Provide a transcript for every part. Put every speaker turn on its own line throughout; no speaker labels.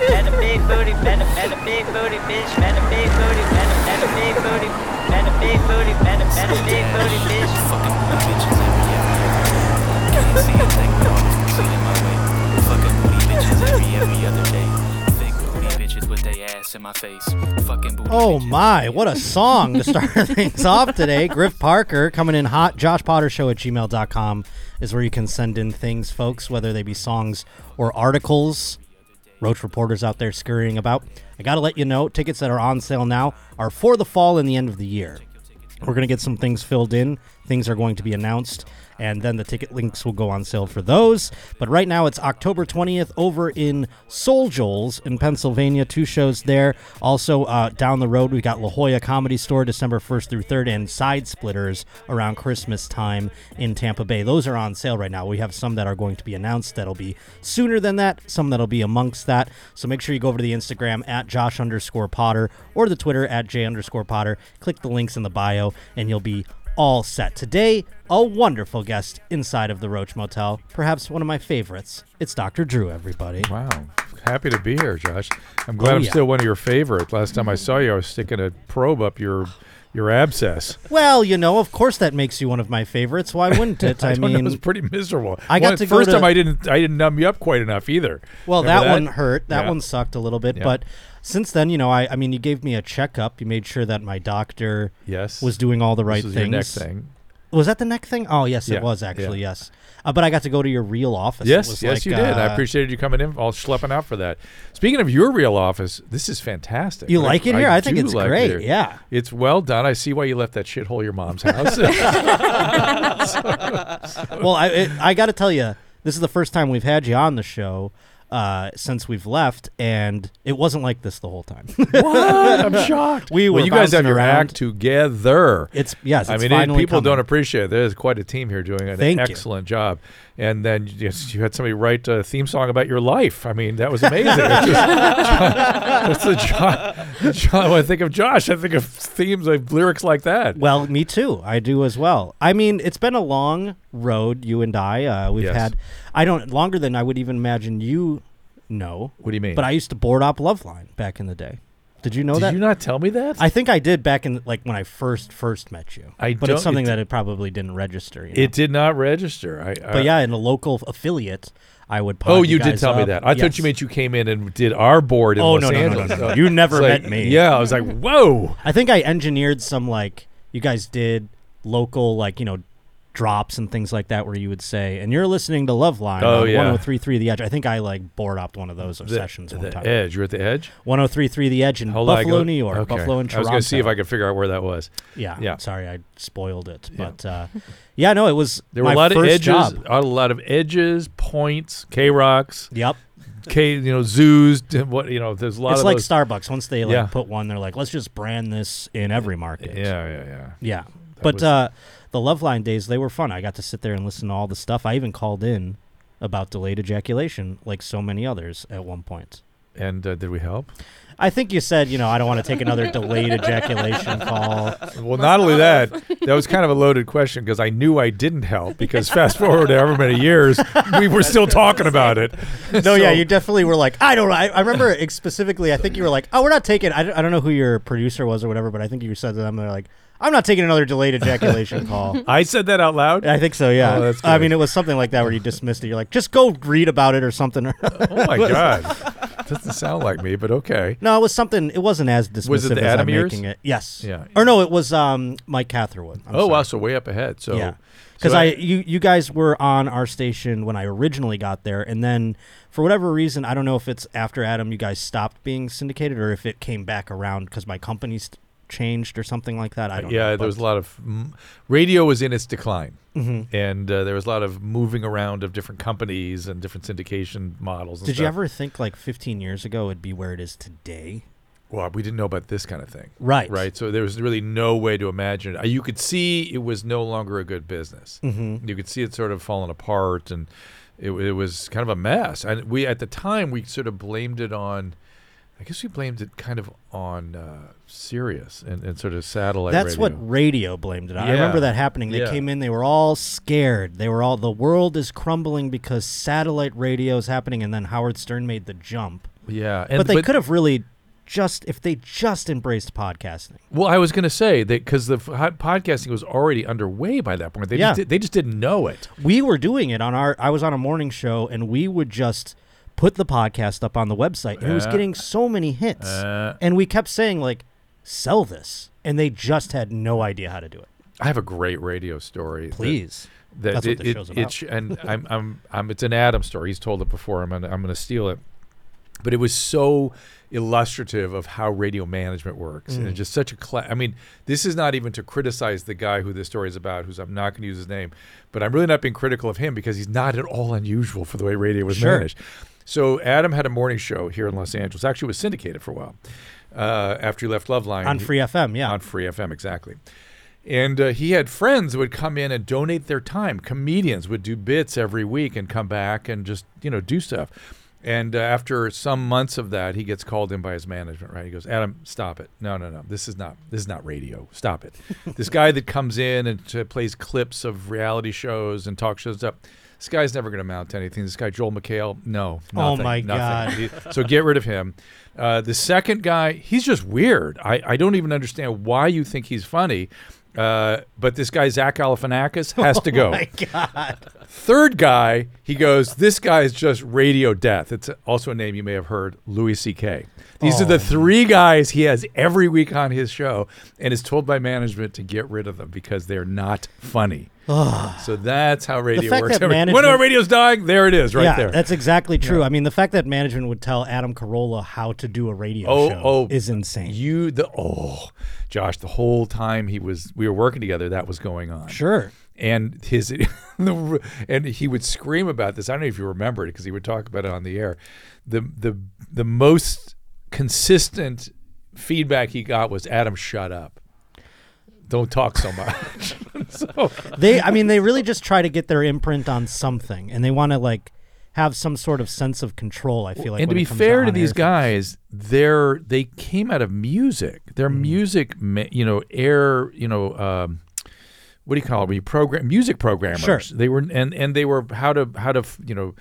big booty, man a man a big booty, bitch, man a big booty, man a man a big booty, man a big booty, man a man a big booty, bitch.
Fucking with bitches every every every day. Can't see it like no, see it my way. Fucking booty bitches every every other day. Fake booty bitches with they ass in my face. Fucking booty
Oh
bitches.
my, what a song to start things off today. Griff Parker coming in hot. Josh Potter Show at gmail.com is where you can send in things, folks, whether they be songs or articles. Roach reporters out there scurrying about. I got to let you know tickets that are on sale now are for the fall and the end of the year. We're going to get some things filled in. Things are going to be announced, and then the ticket links will go on sale for those. But right now, it's October 20th over in Soul Joel's in Pennsylvania. Two shows there. Also, uh, down the road, we got La Jolla Comedy Store December 1st through 3rd, and Side Splitters around Christmas time in Tampa Bay. Those are on sale right now. We have some that are going to be announced that'll be sooner than that, some that'll be amongst that. So make sure you go over to the Instagram at Josh underscore Potter or the Twitter at J underscore Potter. Click the links in the bio and you'll be all set. Today, a wonderful guest inside of the Roach Motel, perhaps one of my favorites. It's Dr. Drew, everybody.
Wow. Happy to be here, Josh. I'm glad I'm
Oh, yeah.
still one of your favorites. Last time I saw you, I was sticking a probe up your your abscess.
Well, you know, of course that makes you one of my favorites. Why wouldn't it? I,
I, don't know, it was
mean,
pretty miserable.
I got
One-
to go
first
to-
time I didn't I didn't numb you up quite enough either.
well, that,
Remember
one hurt. That
Yeah.
one sucked a little bit.
Yeah.
But since then, you know, I, I mean, you gave me a checkup. You made sure that my doctor
Yes.
was doing all the right
this is
things.
your next thing.
Was that the neck thing? Oh, yes,
Yeah,
it was
yeah.
actually, yes. Uh, but I got to go to your real office. It
Yes,
was
yes,
like,
you did. I
uh,
appreciated you coming in, all schlepping out for that. Speaking of your real office, this is fantastic.
You like it here? I think
do
it's
like it
great,
here.
yeah.
it's well done. I see why you left that shithole your mom's house.
Well, I, it, I got to tell you, this is the first time we've had you on the show uh, since we've left, and it wasn't like this the whole time.
What? I'm shocked.
We were
well, you guys have
bouncing
your
around.
act together.
It's- yes,
I
it's
mean,
finally
people
coming.
don't appreciate. It. There's quite a team here doing an
Thank you.
excellent job. And then you, just- you had somebody write a theme song about your life. I mean, that was amazing. It's just- that's the Josh. Josh- When I think of Josh, I think of themes like lyrics like that.
well, me too. I do as well. I mean, it's been a long road, you and I. Uh, we've
Yes.
had, I don't, longer than I would even imagine you know.
What do you mean?
But I used to board op Loveline back in the day. Did you know
Did
that?
you not tell me that?
I think I did back in like when I first first met you.
I
but
don't-
it's something
it-
that it probably didn't register. You know?
it did not register. I, I
but yeah, in a local affiliate, I would. Pod
Oh, you did
guys
tell me
up.
that. I thought
Yes.
you meant you came in and did our board in
Oh,
Los
no, no, no, no,
Angeles.
no, no. You never
It's like-
met me.
Yeah, I was like, whoa.
I think I engineered some like you guys did local like you know drops and things like that where you would say and you're listening to Love Line
Oh,
on
yeah.
1033 the edge. I think I like board opped one of those
The-
sessions one
the
time.
edge. You're at the edge.
1033 the edge in
Hold on, I
Buffalo,
go-
New York,
okay.
Buffalo and
I was
Toronto.
going to see if I could figure out where that was.
Yeah.
Yeah.
Sorry, I spoiled it.
Yeah.
But uh, yeah, no, it was
There were
my
a lot of
first
edges,
job.
a lot of edges, points, K rocks,
Yep.
K, you know, zoos. d- What you know, there's a lot
It's
of
like
those.
Starbucks. Once they like
Yeah.
put one, they're like, let's just brand this in every market.
yeah, yeah, yeah.
Yeah. But
was-
uh, the Loveline days, they were fun. I got to sit there and listen to all the stuff. I even called in about delayed ejaculation, like so many others at one point.
And uh, did we help?
I think you said, you know, I don't want to take another delayed ejaculation call.
Well, not only that, that was kind of a loaded question because I knew I didn't help because fast forward however many years, we were still talking about it.
No, yeah, you definitely were like, I don't know. I, I remember it specifically, I think you were like, oh, we're not taking, I don't, I don't know who your producer was or whatever, but I think you said to them, they're like, I'm not taking another delayed ejaculation call.
I said that out loud.
I think so, yeah.
Oh, that's
I
good.
mean, it was something like that where you dismissed it. You're like, just go read about it or something.
Oh my god, doesn't sound like me, but okay.
No, it was something. It wasn't as dismissive
Was it the
as
Adam
I'm
ears?
making it. Yes.
Yeah.
Or no, it was um Mike Catherwood. I'm
oh
sorry.
wow, so way up ahead. So
yeah.
so
Because I, you you guys were on our station when I originally got there, and then for whatever reason, I don't know if it's after Adam you guys stopped being syndicated or if it came back around because my company's changed or something like that. I don't.
yeah,
know,
there
but-
was a lot of mm, radio was in its decline,
Mhm.
and uh, there was a lot of moving around of different companies and different syndication models. And
Did you
stuff.
ever think like 15 years ago it'd be where it is today?
Well, we didn't know about this kind of thing,
Right.
right? So there was really no way to imagine it. Uh, You could see it was no longer a good business.
Mm.
Mm-hmm. You could see it sort of falling apart, and it, it was kind of a mess. And we at the time we sort of blamed it on I guess we blamed it kind of on uh, Sirius and, and sort of satellite.
That's
radio.
what radio blamed it on. I
Yeah.
remember that happening. They
Yeah.
came in, they were all scared. They were all, the world is crumbling because satellite radio is happening, and then Howard Stern made the jump.
Yeah, and,
but they could have really just, if they just embraced podcasting.
Well, I was going to say that because the f- hi- podcasting was already underway by that point. They
Yeah.
just, did- they just didn't know it.
We were doing it on our, I was on a morning show, and we would just put the podcast up on the website, and it was
Yeah.
getting so many hits.
Uh,
and we kept saying, like, sell this. And they just had no idea how to do it.
I have a great radio story. that-
Please.
that
That's what
it,
the
it-
show's
it
about.
sh- and I'm, I'm, I'm, it's an Adam story. He's told it before. I'm gonna, I'm going to steal it. But it was so illustrative of how radio management works, and it's just such a. Cla- I mean, this is not even to criticize the guy who this story is about, who's I'm not going to use his name, but I'm really not being critical of him because he's not at all unusual for the way radio was
Sure.
managed. So Adam had a morning show here in Los Angeles. Actually, it was syndicated for a while uh, after he left Loveline
on
He-
Free FM, yeah.
on Free FM, exactly. And uh, he had friends who would come in and donate their time. Comedians would do bits every week and come back and just you know do stuff. And uh, after some months of that, he gets called in by his management. Right? He goes, "Adam, stop it! No, no, no. This is not. This is not radio. Stop it. this guy that comes in and uh, plays clips of reality shows and talk shows and stuff. This guy's never going to amount to anything. This guy Joel McHale, no,
Oh
nothing,
my
nothing.
God.
He- so get rid of him. Uh, the second guy, he's just weird. I, I don't even understand why you think he's funny. Uh, but this guy Zach Galifianakis has to go.
Oh My God.
Third guy, he goes. This guy is just radio death. It's also a name you may have heard, Louis C.K. These are
Oh.
the three guys he has every week on his show, and is told by management to get rid of them because they're not funny. so that's how radio
fact
works.
that
Every- when
management-
our radio's dying, there it is, right
yeah,
there.
that's exactly true. I mean, the fact that management would tell Adam Carolla how to do a radio
Oh,
show
oh,
is insane.
You the oh, Josh, the whole time he was we were working together, that was going on.
sure.
And his the, and he would scream about this. I don't know if you remember it because he would talk about it on the air. The the the most consistent feedback he got was Adam, shut up. Don't talk so much. so
They I mean, they really just try to get their imprint on something and they want to like have some sort of sense of control, I feel like.
and to
when it
be
comes
fair to
on-air
these
things.
guys, they're they came out of music. Their
Mm.
music, ma- you know, air, you know, um, what do you call it? We program music programmers.
Sure.
They were and and they were how to how to you know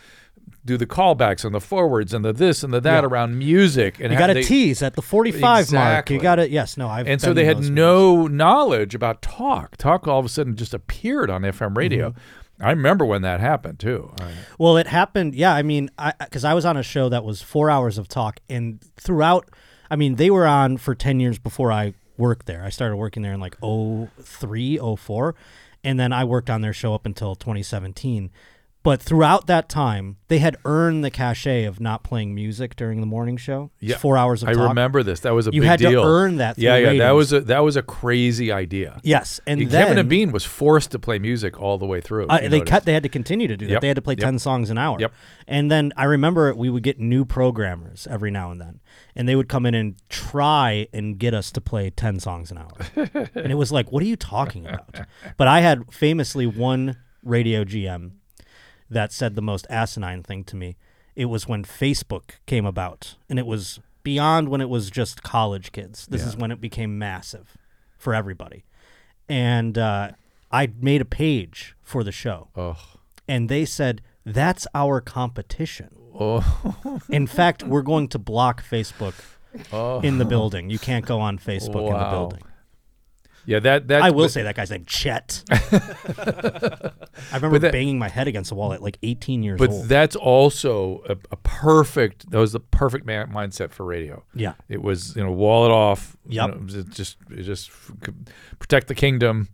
do the callbacks and the forwards and the this and the that around music. And
you
how
got to
they-
tease at the 45 mark. You
Exactly.
got to yes, no, I've
and so
been
they
in
had
those
no knowledge about talk. Talk all of a sudden just appeared on FM radio. I remember when that happened too. I-
Well, Mm-hmm. it happened. Yeah, I mean, I because I was on a show that was four hours of talk, and throughout, I mean, they were on for ten years before I worked there. I started working there in like 03, 04, and then I worked on their show up until 2017. But throughout that time, they had earned the cachet of not playing music during the morning show. It's
Yeah,
four hours of
I
talk.
remember this. That was a
You
big
had to
deal.
earn that
Yeah,
through
yeah. That
ratings.
was a that was a crazy idea.
Yes, and
And
then
Kevin and Bean was forced to play music all the way through.
Uh,
if you
they
notice.
cut. They had to continue to do that.
Yep.
They had to play
Yep.
ten songs an hour.
Yep.
And then I remember we would get new programmers every now and then, and they would come in and try and get us to play ten songs an hour. and it was like, what are you talking about? But I had famously one radio GM that said the most asinine thing to me. It was when Facebook came about, and it was beyond when it was just college kids. This is when it became massive for everybody. And uh, I made a page for the show,
Ugh.
and they said, That's our competition.
Oh,
In fact, we're going to block Facebook
Oh.
in the building. You can't go on Facebook in the
Wow.
building.
yeah. That that
I will
but-
say that guy's name, Chet. I remember
that-
banging my head against the wall at like 18 years
But
old.
that's also a, a perfect. That was the perfect man, mindset for radio.
yeah.
It was you know wall it off.
Yep.
You know, it just it just f- c- protect the kingdom,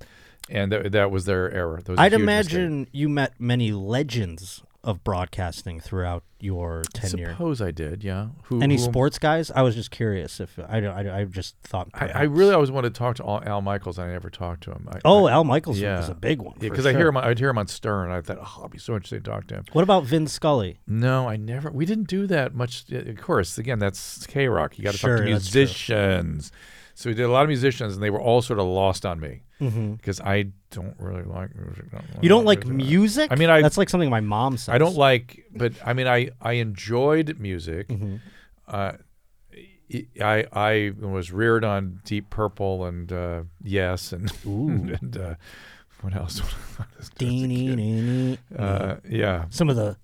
and that that was their error. That was a
I'd
huge
imagine you met many legends of broadcasting throughout your
mistake.
tenure.
Suppose I did. Yeah. Who
Any
who am-
sports guys? I was just curious if I don't- I, I just thought.
I, I
perhaps.
really always wanted to talk to Al, Al Michaels. and I never talked to him. I,
Oh,
I,
Al Michaels
yeah.
was a big one. for
because I hear
sure.
him. I'd hear him on Stern. and I thought, oh, it'd be so interesting to talk to him.
What about Vin Scully?
No, I never. We didn't do that much. uh, Of course, again, that's K Rock. You got to
Sure,
talk to
that's true.
musicians. So we did a lot of musicians, and they were all sort of lost on me because I don't really like music. that much.
Mm-hmm. You don't like music?
I mean, I-
that's like something my mom says. Mm-hmm.
I don't like, but I mean, I I enjoyed music. Uh, I I was reared on Deep Purple and uh, Yes and and uh, what else?
Dee-nee-nee-nee.
uh, yeah,
Some of the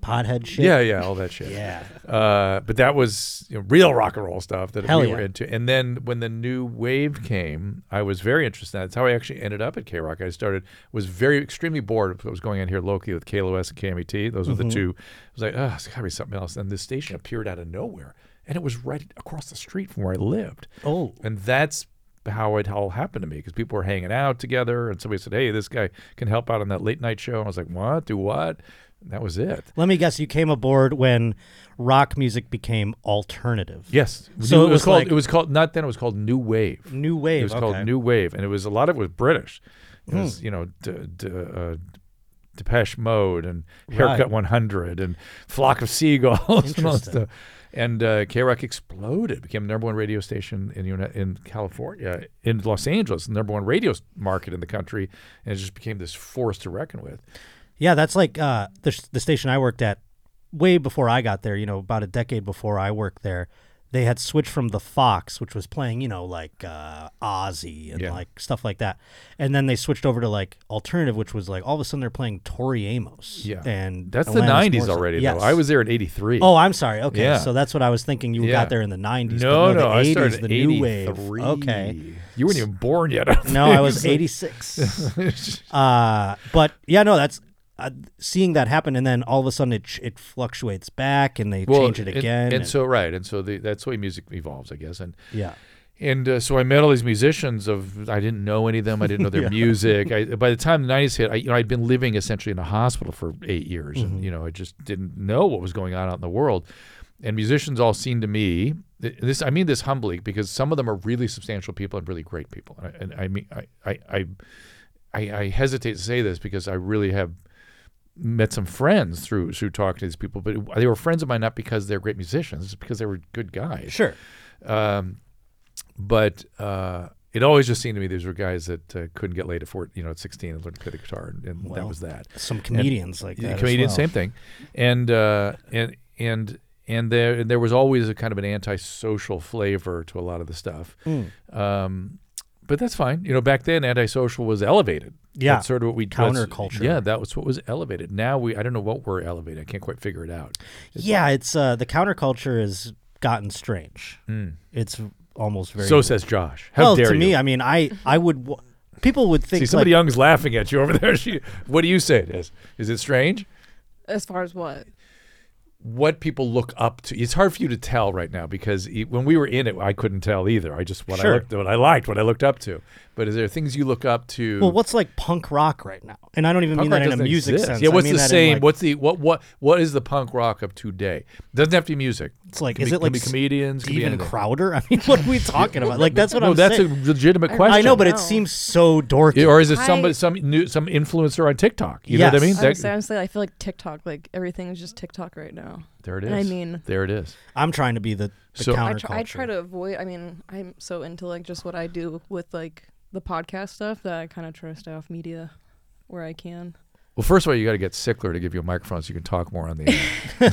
pothead shit.
yeah, yeah, all that shit.
Yeah.
Uh, but that was you know, real rock and roll stuff that
Hell
we
yeah.
were into. And then when the new wave came, I was very interested. That's how I actually ended up at K Rock. I started was very extremely bored of what was going on here locally with KLOS and KMET. Those were
Mm-hmm.
the two. I was like, oh, it's got to be something else. And this station appeared out of nowhere, and it was right across the street from where I lived.
Oh.
And that's how it all happened to me because people were hanging out together, and somebody said, "Hey, this guy can help out on that late night show." And I was like, "What? Do what?" And that was it.
Let me guess. You came aboard when rock music became alternative.
Yes.
So
New-
it was
called
like-
it was called not then it was called New Wave.
New wave.
It was
okay. Hmm.
called New Wave, and it was a lot of it was British. It was you know d- d- uh, Depeche Mode and Haircut
Right.
100 and Flock of Seagulls and all that
Interesting.
stuff. And uh, K Rock exploded, became the number one radio station in Uni- in California, in Los Angeles, the number one radio s- market in the country, and it just became this force to reckon with.
Yeah, that's like uh, the, the station I worked at way before I got there, you know, about a decade before I worked there. They had switched from the Fox, which was playing, you know, like uh, Ozzy and
Yeah.
like stuff like that. And then they switched over to like alternative, which was like all of a sudden they're playing Tori Amos.
Yeah,
And
that's
Alanis
the '90s
Morissette.
already.
Yes.
though. I was there in '83.
Oh, I'm sorry. Okay.
Yeah.
So that's what I was thinking. You
Yeah.
got there in the 90s.
No,
but
no,
the
I
80s,
started
the new
83.
wave. Okay.
You weren't even born yet. I don't
No, I was
think.
86. uh, but yeah, no, that's uh, seeing that happen, and then all of a sudden it ch- it fluctuates back, and they change it
and-
again.
And, so right, and so the, that's the way music evolves, I guess. And
yeah,
and uh, so I met all these musicians of I didn't know any of them. I didn't know their music. I, by the time the nineties hit, I, you know, I'd been living essentially in a hospital for eight years, and you know, I just didn't know what was going on out in the world. And musicians all seemed to me th- this. I mean this humbly because some of them are really substantial people and really great people. And I, and I mean, I, I, I, I, I hesitate to say this because I really have met some friends through through talking to these people, but it- they were friends of mine not because they're great musicians, it's because they were good guys.
sure.
Um, but uh, it always just seemed to me these were guys that uh, couldn't get laid at four, you know, at sixteen and learned to play the guitar, and, and that
Well,
was that.
Some comedians like
Yeah,
that. as
comedians,
well.
same thing, and uh, and and and there and there was always a kind of an antisocial flavor to a lot of the stuff.
Hmm.
Um, but that's fine. You know, back then antisocial was elevated.
Yeah.
That's sort of what we that's-
Counterculture.
Yeah, that was what was elevated. Now we I don't know what we're elevated. I can't quite figure it out.
Yeah, it's uh, the counterculture has gotten strange. It's almost very
Hmm. So says Josh. How
well
dare
to
you?
me. I mean, I I would w- people would think
See,
like,
somebody young's laughing at you over there. She, what do you say it is? Is it strange?
As far as what?
What people look up to. It's hard for you to tell right now because e when we were in it, I couldn't tell either. I just what
Sure.
I looked, what I liked, what I looked up to. But is there things you look up to?
well, what's like punk rock right now? And I don't even
Punk
mean
rock
that in a
doesn't
music
exist.
sense.
Yeah,
I
what's
mean
the
that in,
same?
like-
what's the what what what is the punk rock of today? Doesn't have to be music.
It's like,
Can
is
be-
it like
can be comedians? Can be
Steven
anything.
Crowder? I mean, what are we talking about? Like that's what
no,
I'm
that's
saying.
a legitimate question.
I know, but it
No.
seems so dorky.
Yeah, or is it
I-
somebody some new some influencer on TikTok? You know what I
Yes.
mean?
That-
Honestly, honestly, I feel like TikTok. Like everything is just TikTok right now.
there it is.
and I mean-
there it is.
I'm trying to be the, the
So-
I
counterculture.
try, I try to avoid. I mean, I'm so into like just what I do with like the podcast stuff that I kind of try to stay off media where I can.
Well, first of all, you got to get Sickler to give you a microphone so you can talk more on the air.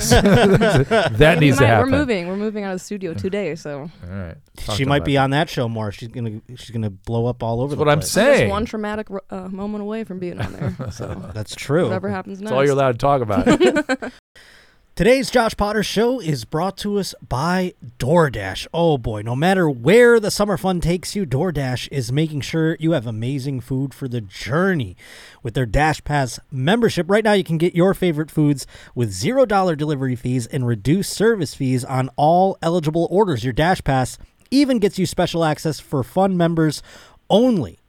that
We
needs to
might-
happen.
We're moving. We're moving out of the studio today, so
All right.
She might be on that show more. She's gonna she's gonna blow up all over
That's
the
what I'm
place.
just
saying.
one traumatic uh, moment away from being on there. So
That's true.
whatever happens next.
That's all you're allowed to talk about.
Today's Josh Potter show is brought to us by DoorDash. Oh boy, no matter where the summer fun takes you, DoorDash is making sure you have amazing food for the journey. With their Dash Pass membership, right now you can get your favorite foods with $0 delivery fees and reduced service fees on all eligible orders. Your Dash Pass even gets you special access for fun members only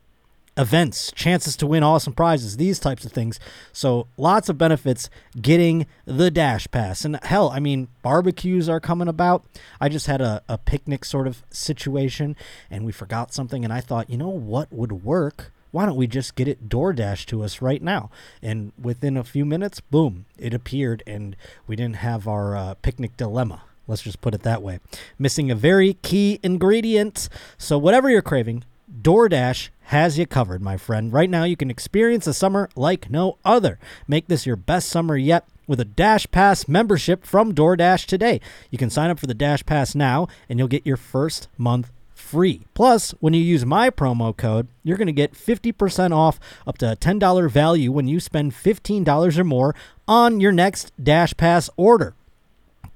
events, chances to win awesome prizes, these types of things. So lots of benefits getting the Dash Pass. And hell, I mean, barbecues are coming about. I just had a, a picnic sort of situation and we forgot something and I thought, you know what would work? Why don't we just get it DoorDash to us right now? And within a few minutes, boom, it appeared and we didn't have our uh, picnic dilemma. Let's just put it that way. Missing a very key ingredient. So, whatever you're craving, DoorDash has you covered, my friend. Right now, you can experience a summer like no other. Make this your best summer yet with a Dash Pass membership from DoorDash today. You can sign up for the Dash Pass now, and you'll get your first month free. Plus, when you use my promo code, you're going to get 50% off up to a $10 value when you spend $15 or more on your next Dash Pass order.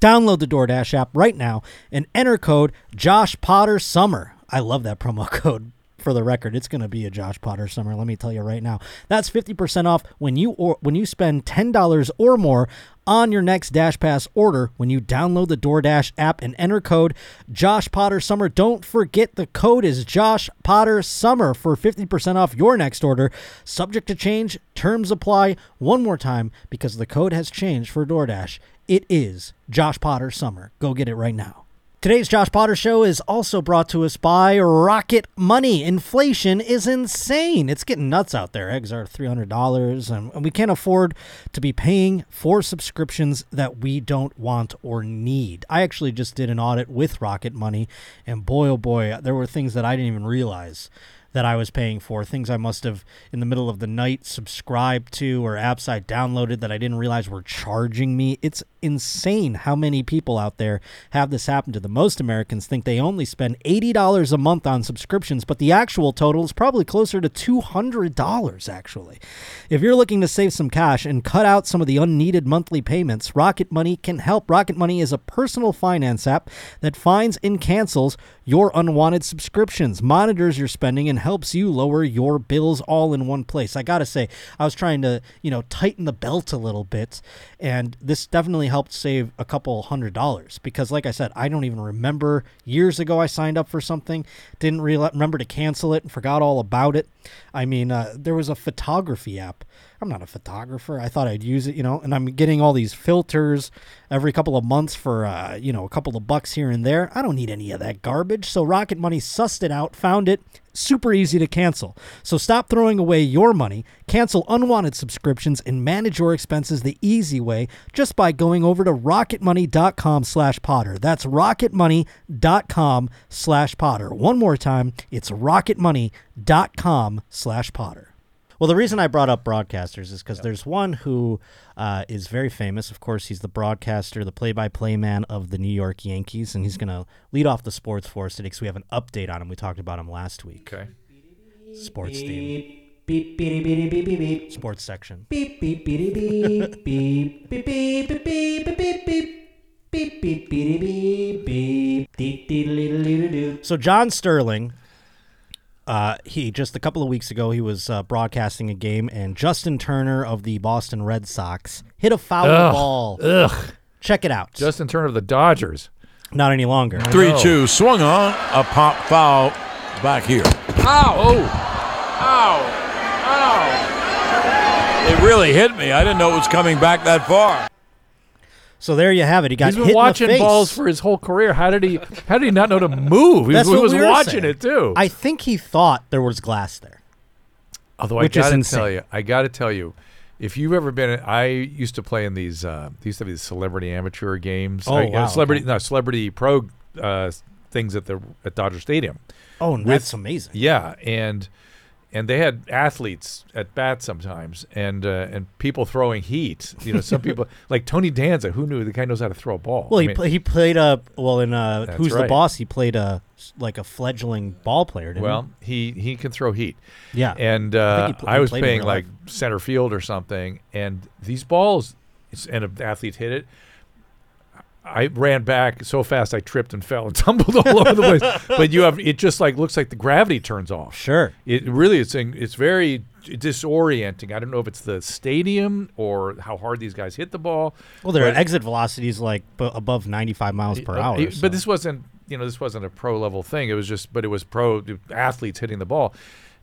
Download the DoorDash app right now and enter code Josh Potter Summer. I love that promo code. For the record, it's going to be a Josh Potter summer. Let me tell you right now, that's fifty percent off when you or when you spend ten dollars or more on your next Dash Pass order when you download the DoorDash app and enter code Josh Potter Summer. Don't forget the code is Josh Potter Summer for fifty percent off your next order. Subject to change, terms apply. One more time because the code has changed for DoorDash. It is Josh Potter Summer. Go get it right now. Today's Josh Potter Show is also brought to us by Rocket Money. Inflation is insane. It's getting nuts out there. Eggs are $300, and and we can't afford to be paying for subscriptions that we don't want or need. I actually just did an audit with Rocket Money, and boy, oh boy, there were things that I didn't even realize that I was paying for, things I must have in the middle of the night subscribed to or apps I downloaded that I didn't realize were charging me. It's insane how many people out there have this happen to them. Most Americans think they only spend $80 a month on subscriptions, but the actual total is probably closer to $200 actually. If you're looking to save some cash and cut out some of the unneeded monthly payments, Rocket Money can help. Rocket Money is a personal finance app that finds and cancels your unwanted subscriptions, monitors your spending, and helps you lower your bills all in one place. I gotta say, I was trying to, you know, tighten the belt a little bit, and this definitely helped save a couple hundred dollars because, like I said, I don't even remember years ago I signed up for something, didn't real- remember to cancel it, and forgot all about it. I mean, uh, there was a photography app. I'm not a photographer. I thought I'd use it, you know, and I'm getting all these filters every couple of months for, uh, you know, a couple of bucks here and there. I don't need any of that garbage. So Rocket Money sussed it out, found it, super easy to cancel. So stop throwing away your money, cancel unwanted subscriptions, and manage your expenses the easy way just by going over to rocketmoney.com slash potter. That's rocketmoney.com slash potter. One more time, it's rocketmoney.com slash potter. Well, the reason I brought up broadcasters is because there's one who uh, is very famous. Of course, he's the broadcaster, the play-by-play man of the New York Yankees, and he's going to lead off the sports for us today because we have an update on him. We talked about him last week.
Okay.
Sports theme,
Beep, beep, beady, beady, beep, beep, beep.
sports section.
Beep, beep, beady, beep, beep, beep, beep, beep, beep, beep, beep, beep. Beep, beep, beady, beep, beep. Dee, dee, dee, dee, dee, dee.
So John Sterling, uh, he just a couple of weeks ago he was uh, broadcasting a game, and Justin Turner of the Boston Red Sox hit a foul
Ugh.
ball.
Ugh.
Check it out.
Justin Turner of the Dodgers.
Not any longer.
Three
No.
two swung on a pop foul back here.
Ow. Oh.
It really hit me. I didn't know it was coming back that far.
So there you have it. He got
He's
hit in
been
the
watching
face.
balls for his whole career. How did he? How did he not know to move? He
That's
was,
what
was
we were
watching
saying.
it too.
I think he thought there was glass there.
Although
Which
I
is
gotta
insane.
tell you, I gotta tell you, if you've ever been, I used to play in these. Uh, they used to be these celebrity amateur games.
Oh,
like, uh,
wow,
Celebrity,
okay.
no, celebrity pro uh, things at the at Dodger Stadium.
Oh, that's amazing.
Yeah, and and they had athletes at bat sometimes, and uh, and people throwing heat. You know, some people like Tony Danza. Who knew the guy knows how to throw a ball?
Well,
I
he,
mean,
pla- he played a well in uh,
That's
who's the
right.
boss? He played a like a fledgling ball player. Didn't
well, he he can throw heat.
he? yeah,
and
I
uh,
think he pl-
I,
he
was
played in
playing
real
like
life.
center field or something, and these balls, it's- and an athlete hit it. I ran back so fast I tripped and fell and tumbled all over the place. But you have it just like looks like the gravity turns off.
sure.
It really it's in- it's very disorienting. I don't know if it's the stadium or how hard these guys hit the ball.
Well, their
but-
exit velocity is like b- above ninety-five miles per
uh,
hour.
it-
so-
But this wasn't, you know, this wasn't a pro level thing. It was just, but it was pro athletes hitting the ball,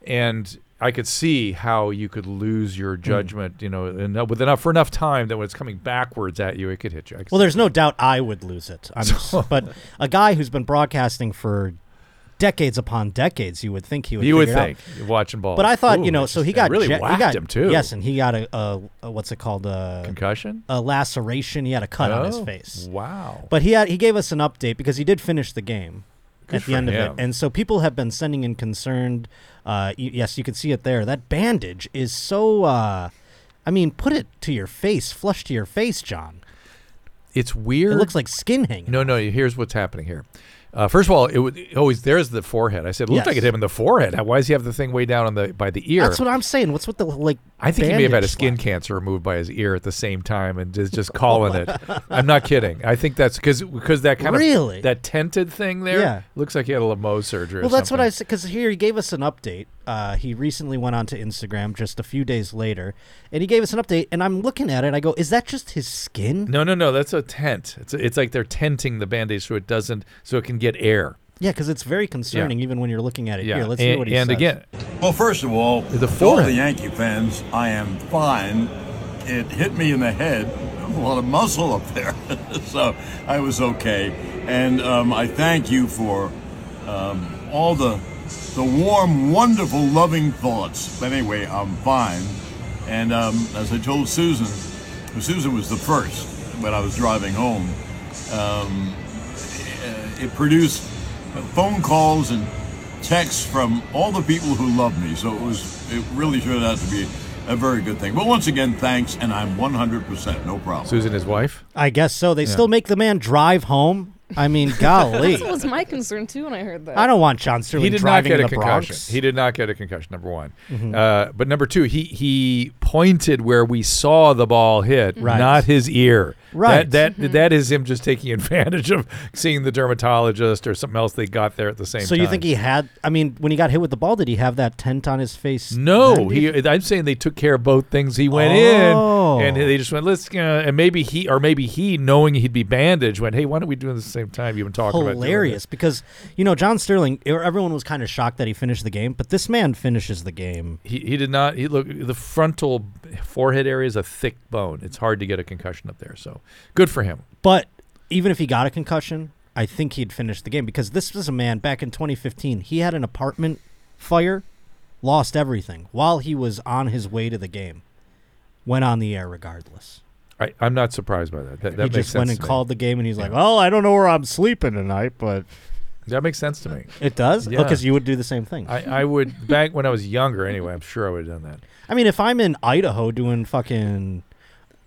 and I could see how you could lose your
Hmm.
judgment, you know, enough, with enough for enough time that when it's coming backwards at you, it could hit you. I could
well,
see-
there's no doubt I would lose it. I'm s- but a guy who's been broadcasting for decades upon decades, you would think he would.
you would
figure it out.
think watching ball.
But I thought,
Ooh,
you know,
that's
so he
just- that
got
really
je- he
whacked
got,
him too.
Yes, and he got a, a, a what's it called a,
concussion
a laceration. He had a cut on his
Oh,
face.
Wow.
But he had he gave us an update because he did finish the game
Good
at the
for
end of
him.
it, and so people have been sending in concerned. Uh, y- yes, you can see it there. That bandage is so. Uh, I mean, put it to your face, flush to your face, John.
It's weird.
It looks like skin hanging.
No, no. Here's what's happening here. Uh, first of all, it would always there's the forehead. I said, it looked
Yes.
like it hit him in the forehead. Why does he have the thing way down on the by the ear?
That's what I'm saying. What's with the like?
I think he may have had a
bandage
skin
slack?
cancer removed by his ear at the same time and is just calling it. I'm not kidding. I think that's because because that kind
Really?
of that tented thing there
Yeah.
looks like he had a Lamo surgery. or
Well, that's what I
something.
said. Because here he gave us an update. Uh, he recently went onto Instagram just a few days later, and he gave us an update. And I'm looking at it, and I go, "Is that just his skin?"
No, no, no. That's a tent. It's it's like they're tenting the bandage so it doesn't so it can get air.
Yeah, because it's very concerning, even when you're looking at it.
Yeah.
Here, let's
and
hear what he
and
says.
again,
Well, first of all,
The
the
forehead.
all the Yankee fans, I am fine. It hit me in the head, a lot of muscle up there, so I was okay. And um, I thank you for um, all the the warm, wonderful, loving thoughts. But anyway, I'm fine. And um, as I told Susan, Susan was the first when I was driving home. Um, it produced phone calls and texts from all the people who love me. So it was, it really turned out to be a very good thing. But once again, thanks, and I'm 100% no problem.
Susan, his wife.
I guess so. They still make the man drive home. I mean, golly,
That was my concern too when I heard that.
I don't want John Sterling
he did not
driving
get
in
a
the
concussion.
Bronx.
He did not get a concussion. Number one,
Mm-hmm.
uh, but number two, he he pointed where we saw the ball hit,
Right.
not his ear.
Right.
That that, that is him just taking advantage of seeing the dermatologist or something else they got there at the same.
so you
time.
think he had? I mean, when he got hit with the ball, did he have that tent on his face?
No,
then?
he, I'm saying they took care of both things. He went
Oh.
in, and they just went, "Let's." Uh, and maybe he, or maybe he, knowing he'd be bandaged, went, "Hey, why don't we do this at the same time? You've been talking about doing
hilarious
it."
because you know John Sterling. Everyone was kind of shocked that he finished the game, but this man finishes the game.
He, he did not. He look the frontal forehead area is a thick bone. It's hard to get a concussion up there. So good for him.
But even if he got a concussion, I think he'd finish the game because this was a man back in 2015. He had an apartment fire, lost everything while he was on his way to the game. Went on the air regardless.
I, I'm not surprised by that. That,
he
that makes
just
sense
went and
to me.
called the game, and he's like, "Well, I don't know where I'm sleeping tonight, but
That makes sense to me.
it does."
Yeah.
Because you would do the same thing. I,
I, I would back when I was younger. Anyway, I'm sure I would have done that.
mean, if I'm in Idaho doing fucking.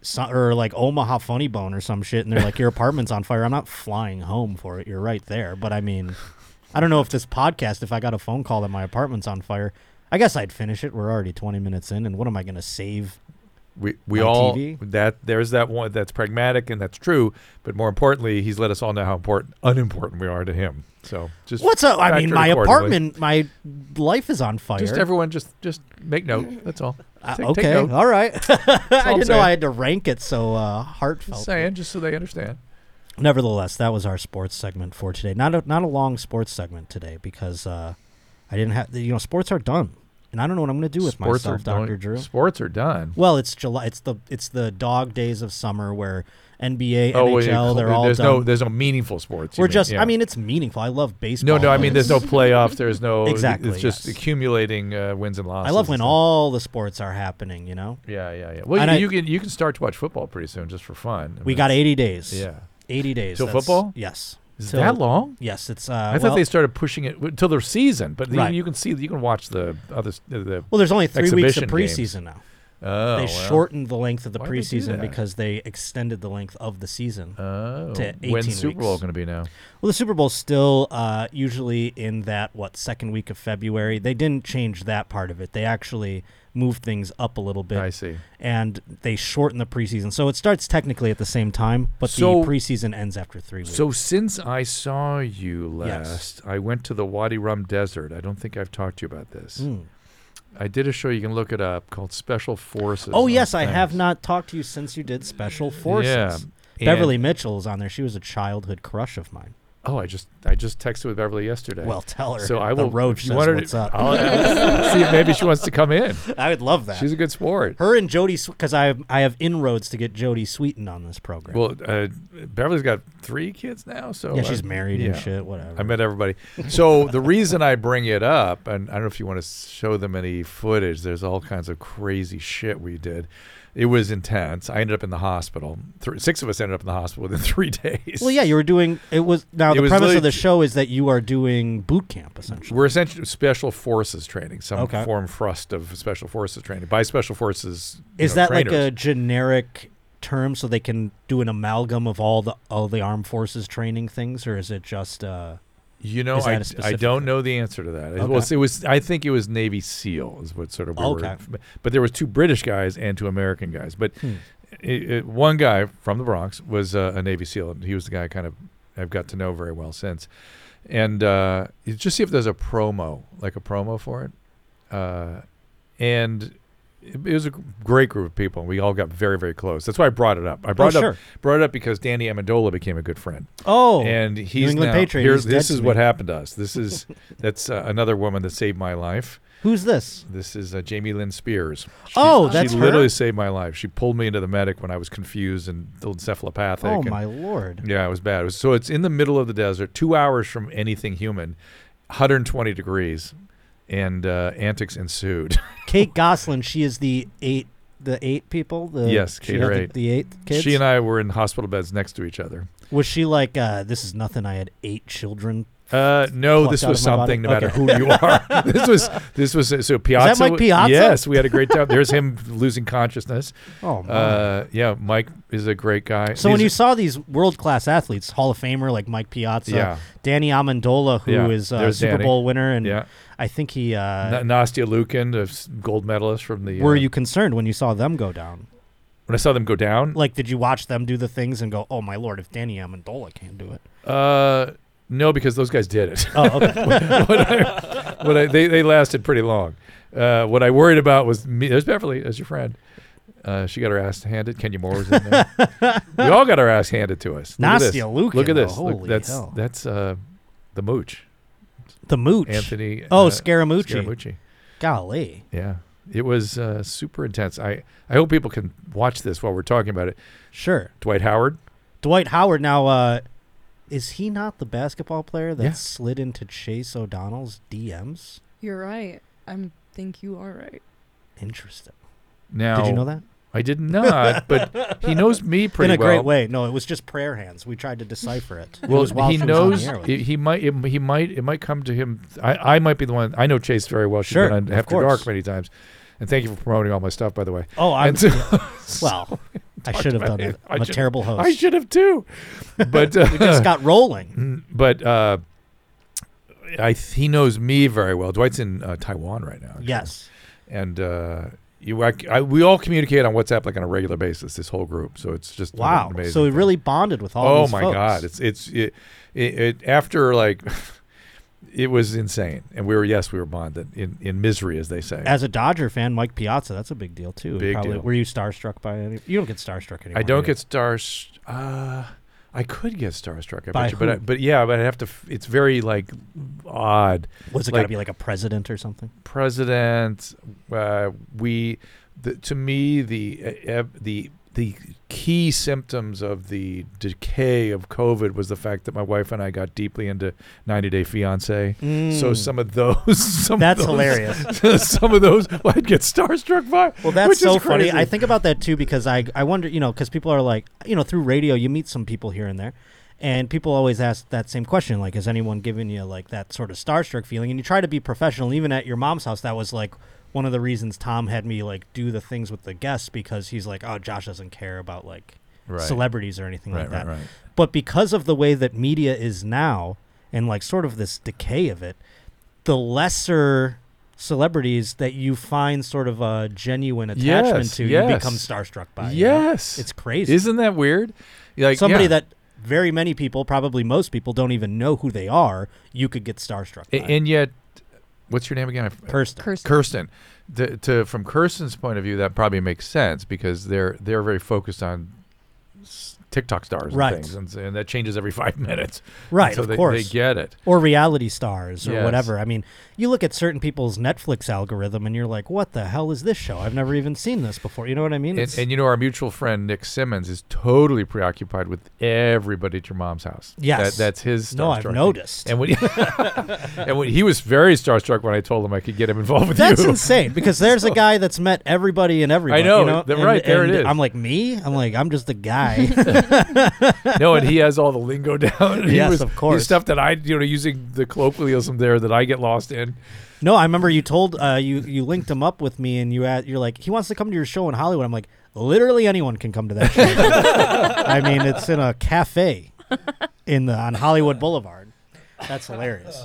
so- Or like Omaha Funny Bone or some shit, and they're like, "Your apartment's on fire." I'm not flying home for it. You're right there, but I mean, I don't know if this podcast. If I got a phone call that my apartment's on fire, I guess I'd finish it. We're already 20 minutes in, and what am I going to save?
We we
On
all
TV?
that there's that one that's pragmatic and that's true, but more importantly, he's let us all know how important unimportant we are to him. So just
What's up? I mean,
factor it
my
accordingly.
apartment, my life is on fire.
Just everyone, just just make note. That's all.
Uh,
Take- take
okay,
note.
all right. I
I'm
didn't know
saying.
I had to rank it so uh, heartfelt.
Just saying, just so they understand.
Nevertheless, that was our sports segment for today. Not a, not a long sports segment today because uh, I didn't have you know sports are done, and I don't know what I'm going to do with
sports
myself,
are
Doctor
done-
Drew.
Sports are done.
Well, it's July. It's the it's the dog days of summer where NBA,
Oh, well,
NHL,
you-
they're all
there's
done.
no there's no meaningful sports. you
We're
mean,
just.
yeah.
I mean, it's meaningful. I love baseball.
No, no. I mean,
but
there's no playoffs. There's no.
Exactly,
It's just
yes.
accumulating uh, wins and
I
losses.
love when
and stuff.
all the sports are happening. You know,
Yeah, yeah, yeah. Well,
And
you,
I-
you can you can start to watch football pretty soon, just for fun. I
we
mean,
got
it's-
80 days.
Yeah.
80 days.
Till
That's-
football?
Yes.
Is
Till-
that long?
Yes, it's. Uh,
I thought
well,
they started pushing it until their season, but you-
Right.
you, can see you can watch the other s- the. the
Well, there's only three weeks of
exhibition games.
preseason now.
oh,
they
well.
shortened the length of the
Why'd they do
preseason
that?
because they extended the length of the season.
Oh,
to 18
when's Super Bowl
weeks.
going to be now?
well, the Super Bowl's still uh, usually in that what second week of February. They didn't change that part of it. They actually moved things up a little bit.
I see.
And they shortened the preseason, so it starts technically at the same time, but
So-
the preseason ends after three weeks.
So since I saw you
Yes.
last, I went to the Wadi Rum Desert. I don't think I've talked to you
Mm.
about this.
Hmm.
I did a show you can look it up called Special Forces.
oh
on
yes, I
things.
have not talked to you since you did Special Forces.
Yeah,
Beverly
and-
Mitchell's on there. She was a childhood crush of mine.
Oh, I just I just texted with Beverly yesterday.
Well, tell her.
so I
the
will.
Roach
if you
says
want her to-
what's up.
I'll- see if maybe she wants to come in.
I would love that.
She's a good sport.
Her and Jody, because I have, I have inroads to get Jody Sweeten on this program.
Well, uh, Beverly's got three kids now, so
yeah,
I-
she's married and
yeah.
shit. Whatever.
I met everybody. So the reason I bring it up, and I don't know if you want to show them any footage. There's all kinds of crazy shit we did. It was intense. I ended up in the hospital. Three, six of us ended up in the hospital within three days.
Well, yeah, you were doing it was now
It
the
was
premise
literally
of the
ju-
show is that you are doing boot camp essentially.
We're essentially special forces training, some
Okay.
form thrust of special forces training. By special forces, you
Is
know,
that like
trainers.
a generic term so they can do an amalgam of all the all the armed forces training things or is it just uh
You know,
Is that
I
a
I
specific
don't
thing?
know the answer to that. It
Okay.
was it was I think it was Navy SEAL is what sort of we
Okay.
were, but there was two British guys and two American guys. But
Oh,
it, it, one guy from the Bronx was uh, a Navy SEAL, and he was the guy I kind of I've got to know very well since. And uh, you just see if there's a promo, like a promo for it. Uh, and it, it was a great group of people. We all got very very close. That's why I brought it up. I brought it
Oh, sure.
up brought it up because Danny Amendola became a good friend
Oh,
and he's
England
now,
Patriot,
Here's,
he's dead
this
to
is
me.
what happened to us. This is that's uh, another woman that saved my life.
who's this?
This is uh, Jamie Lynn Spears. She,
Oh,
she
that's her?
literally saved my life. She pulled me into the medic when I was confused and encephalopathic.
Oh
and-
my lord.
Yeah, it was bad. It was, so it's in the middle of the desert, two hours from anything human, 120 degrees, and uh, antics ensued.
Kate Goslin, she is the eight the eight people, the
Yes,
she
Kate
had
or
the-
eight.
The eight kids.
She and I were in hospital beds next to each other.
was she like uh this is nothing I had eight children.
Uh, no,
plucked
this
out
was
of my body?
something. No matter
Okay.
who you are, this was this was so Piazza.
Mike
w-
Piazza?
Yes, we had a great time. There's him losing consciousness.
Oh my.
Uh, yeah, Mike is a great guy.
so when you
These-
saw these world class athletes, Hall of Famer like Mike Piazza,
Yeah.
Danny Amendola, who is
Yeah,
a
there's
Super
Danny.
Bowl winner, and
Yeah.
I think he. Uh,
Na- Nastia Lukin, the s- gold medalist from the.
Were
uh,
you concerned when you saw them go down?
when I saw them go down?
Like, did you watch them do the things and go, "Oh my lord, if Danny Amendola can't do it"?
Uh, no, because those guys did it.
Oh, okay.
what I, what I, they they lasted pretty long. Uh, what I worried about was me. There's Beverly as your friend. Uh, she got her ass handed. Kenya Moore was in there. we all got our ass handed to us. Look at this.
Nastia Lukin,
Look at this.
though.
Look,
Holy
that's
hell.
that's uh, the mooch.
the Mooch,
Anthony.
Oh,
uh,
Scaramucci.
Scaramucci.
golly,
Yeah, it was uh, super intense. I I hope people can watch this while we're talking about it.
sure.
Dwight Howard.
Dwight Howard. Now, uh, is he not the basketball player that
Yeah.
slid into Chase O'Donnell's DMs?
You're right. I think you are right.
Interesting.
Now
Did you know that?
I did not, but he knows me pretty
In a
well.
great way. No, it was just prayer hands. We tried to decipher it. It
Well,
was while
he
she was on the
knows
air with
he, he might it, he might it might come to him. I, I might be the one. I know Chase very well. She's
Sure,
been on
of
After
course.
Dark many times, and thank you for promoting all my stuff. By the way,
Oh, I'm
And so-
well. I should have done it.
I
I'm a
should-
terrible host.
I should have too, but uh,
We just got rolling.
but uh, I th- he knows me very well. Dwight's in uh, Taiwan right now. actually.
Yes.
and uh, you I, I, we all communicate on WhatsApp like on a regular basis. This whole group, so it's just an
Wow.
amazing
So we
thing.
really bonded with all.
Oh
these
my
folks.
god, it's it's it, it, it after like it was insane, and we were yes we were bonded in in misery as they say.
As a Dodger fan, Mike Piazza, that's a big deal too.
Big
Probably-
deal.
Were you starstruck by any? You don't get starstruck anymore.
I don't
do you?
get stars. Uh, I could get starstruck, I
By
bet you, but I,
who?
but yeah, but I have to. f- It's very like odd.
Was it
like-
got to be like a president or something?
President, uh, we the, to me the uh, ev- the the key symptoms of the decay of COVID was the fact that my wife and I got deeply into 90 Day Fiance. So
Mm.
some of those, some
That's
of those,
hilarious.
some of those I'd get starstruck by.
Well, that's
which is
so funny.
crazy.
I think about that too because I I wonder, you know, because people are like, you know, through radio you meet some people here and there, and people always ask that same question, like, is anyone giving you like that sort of starstruck feeling? And you try to be professional. Even at your mom's house, that was like one of the reasons Tom had me like do the things with the guests because he's like, oh, Josh doesn't care about like
Right.
celebrities or anything like
Right, right,
that.
right.
But because of the way that media is now and like sort of this decay of it, the lesser celebrities that you find sort of a genuine attachment
Yes,
to, you
yes.
become starstruck by. you know?
yes,
It's crazy.
isn't that weird? Like
Somebody
yeah.
that very many people, probably most people, don't even know who they are, you could get starstruck
A-
by.
and yet, what's your name again? I f-
Kirsten.
Kirsten.
Kirsten, the, to from Kirsten's point of view, that probably makes sense because they're they're very focused on s- TikTok stars and
Right.
things, and, and that changes every five minutes.
Right,
And so
of
they,
course.
they get it.
or reality stars or
Yes.
whatever. I mean, you look at certain people's Netflix algorithm and you're like, what the hell is this show? I've never even seen this before. You know what I mean?
And,
It's-
and you know, our mutual friend Nick Simmons is totally preoccupied with everybody at your mom's house.
Yes.
that, that's his.
No, I've
starstruck.
noticed.
And when he, and when he was very starstruck when I told him I could get him involved with
that's
you.
insane because there's a guy that's met everybody and everybody.
know,
you know?
th-
And-
right, there it
and
is.
I'm like me. I'm like I'm just a guy.
no, and he has all the lingo down. And he
Yes,
was-
of
he's
course.
Stuff that I, you know, using the colloquialism there that I get lost in.
no, I remember you told uh, you you linked him up with me and you at, you're like he wants to come to your show in Hollywood. I'm like literally anyone can come to that show. I mean, it's in a cafe in the on Hollywood Boulevard. That's hilarious.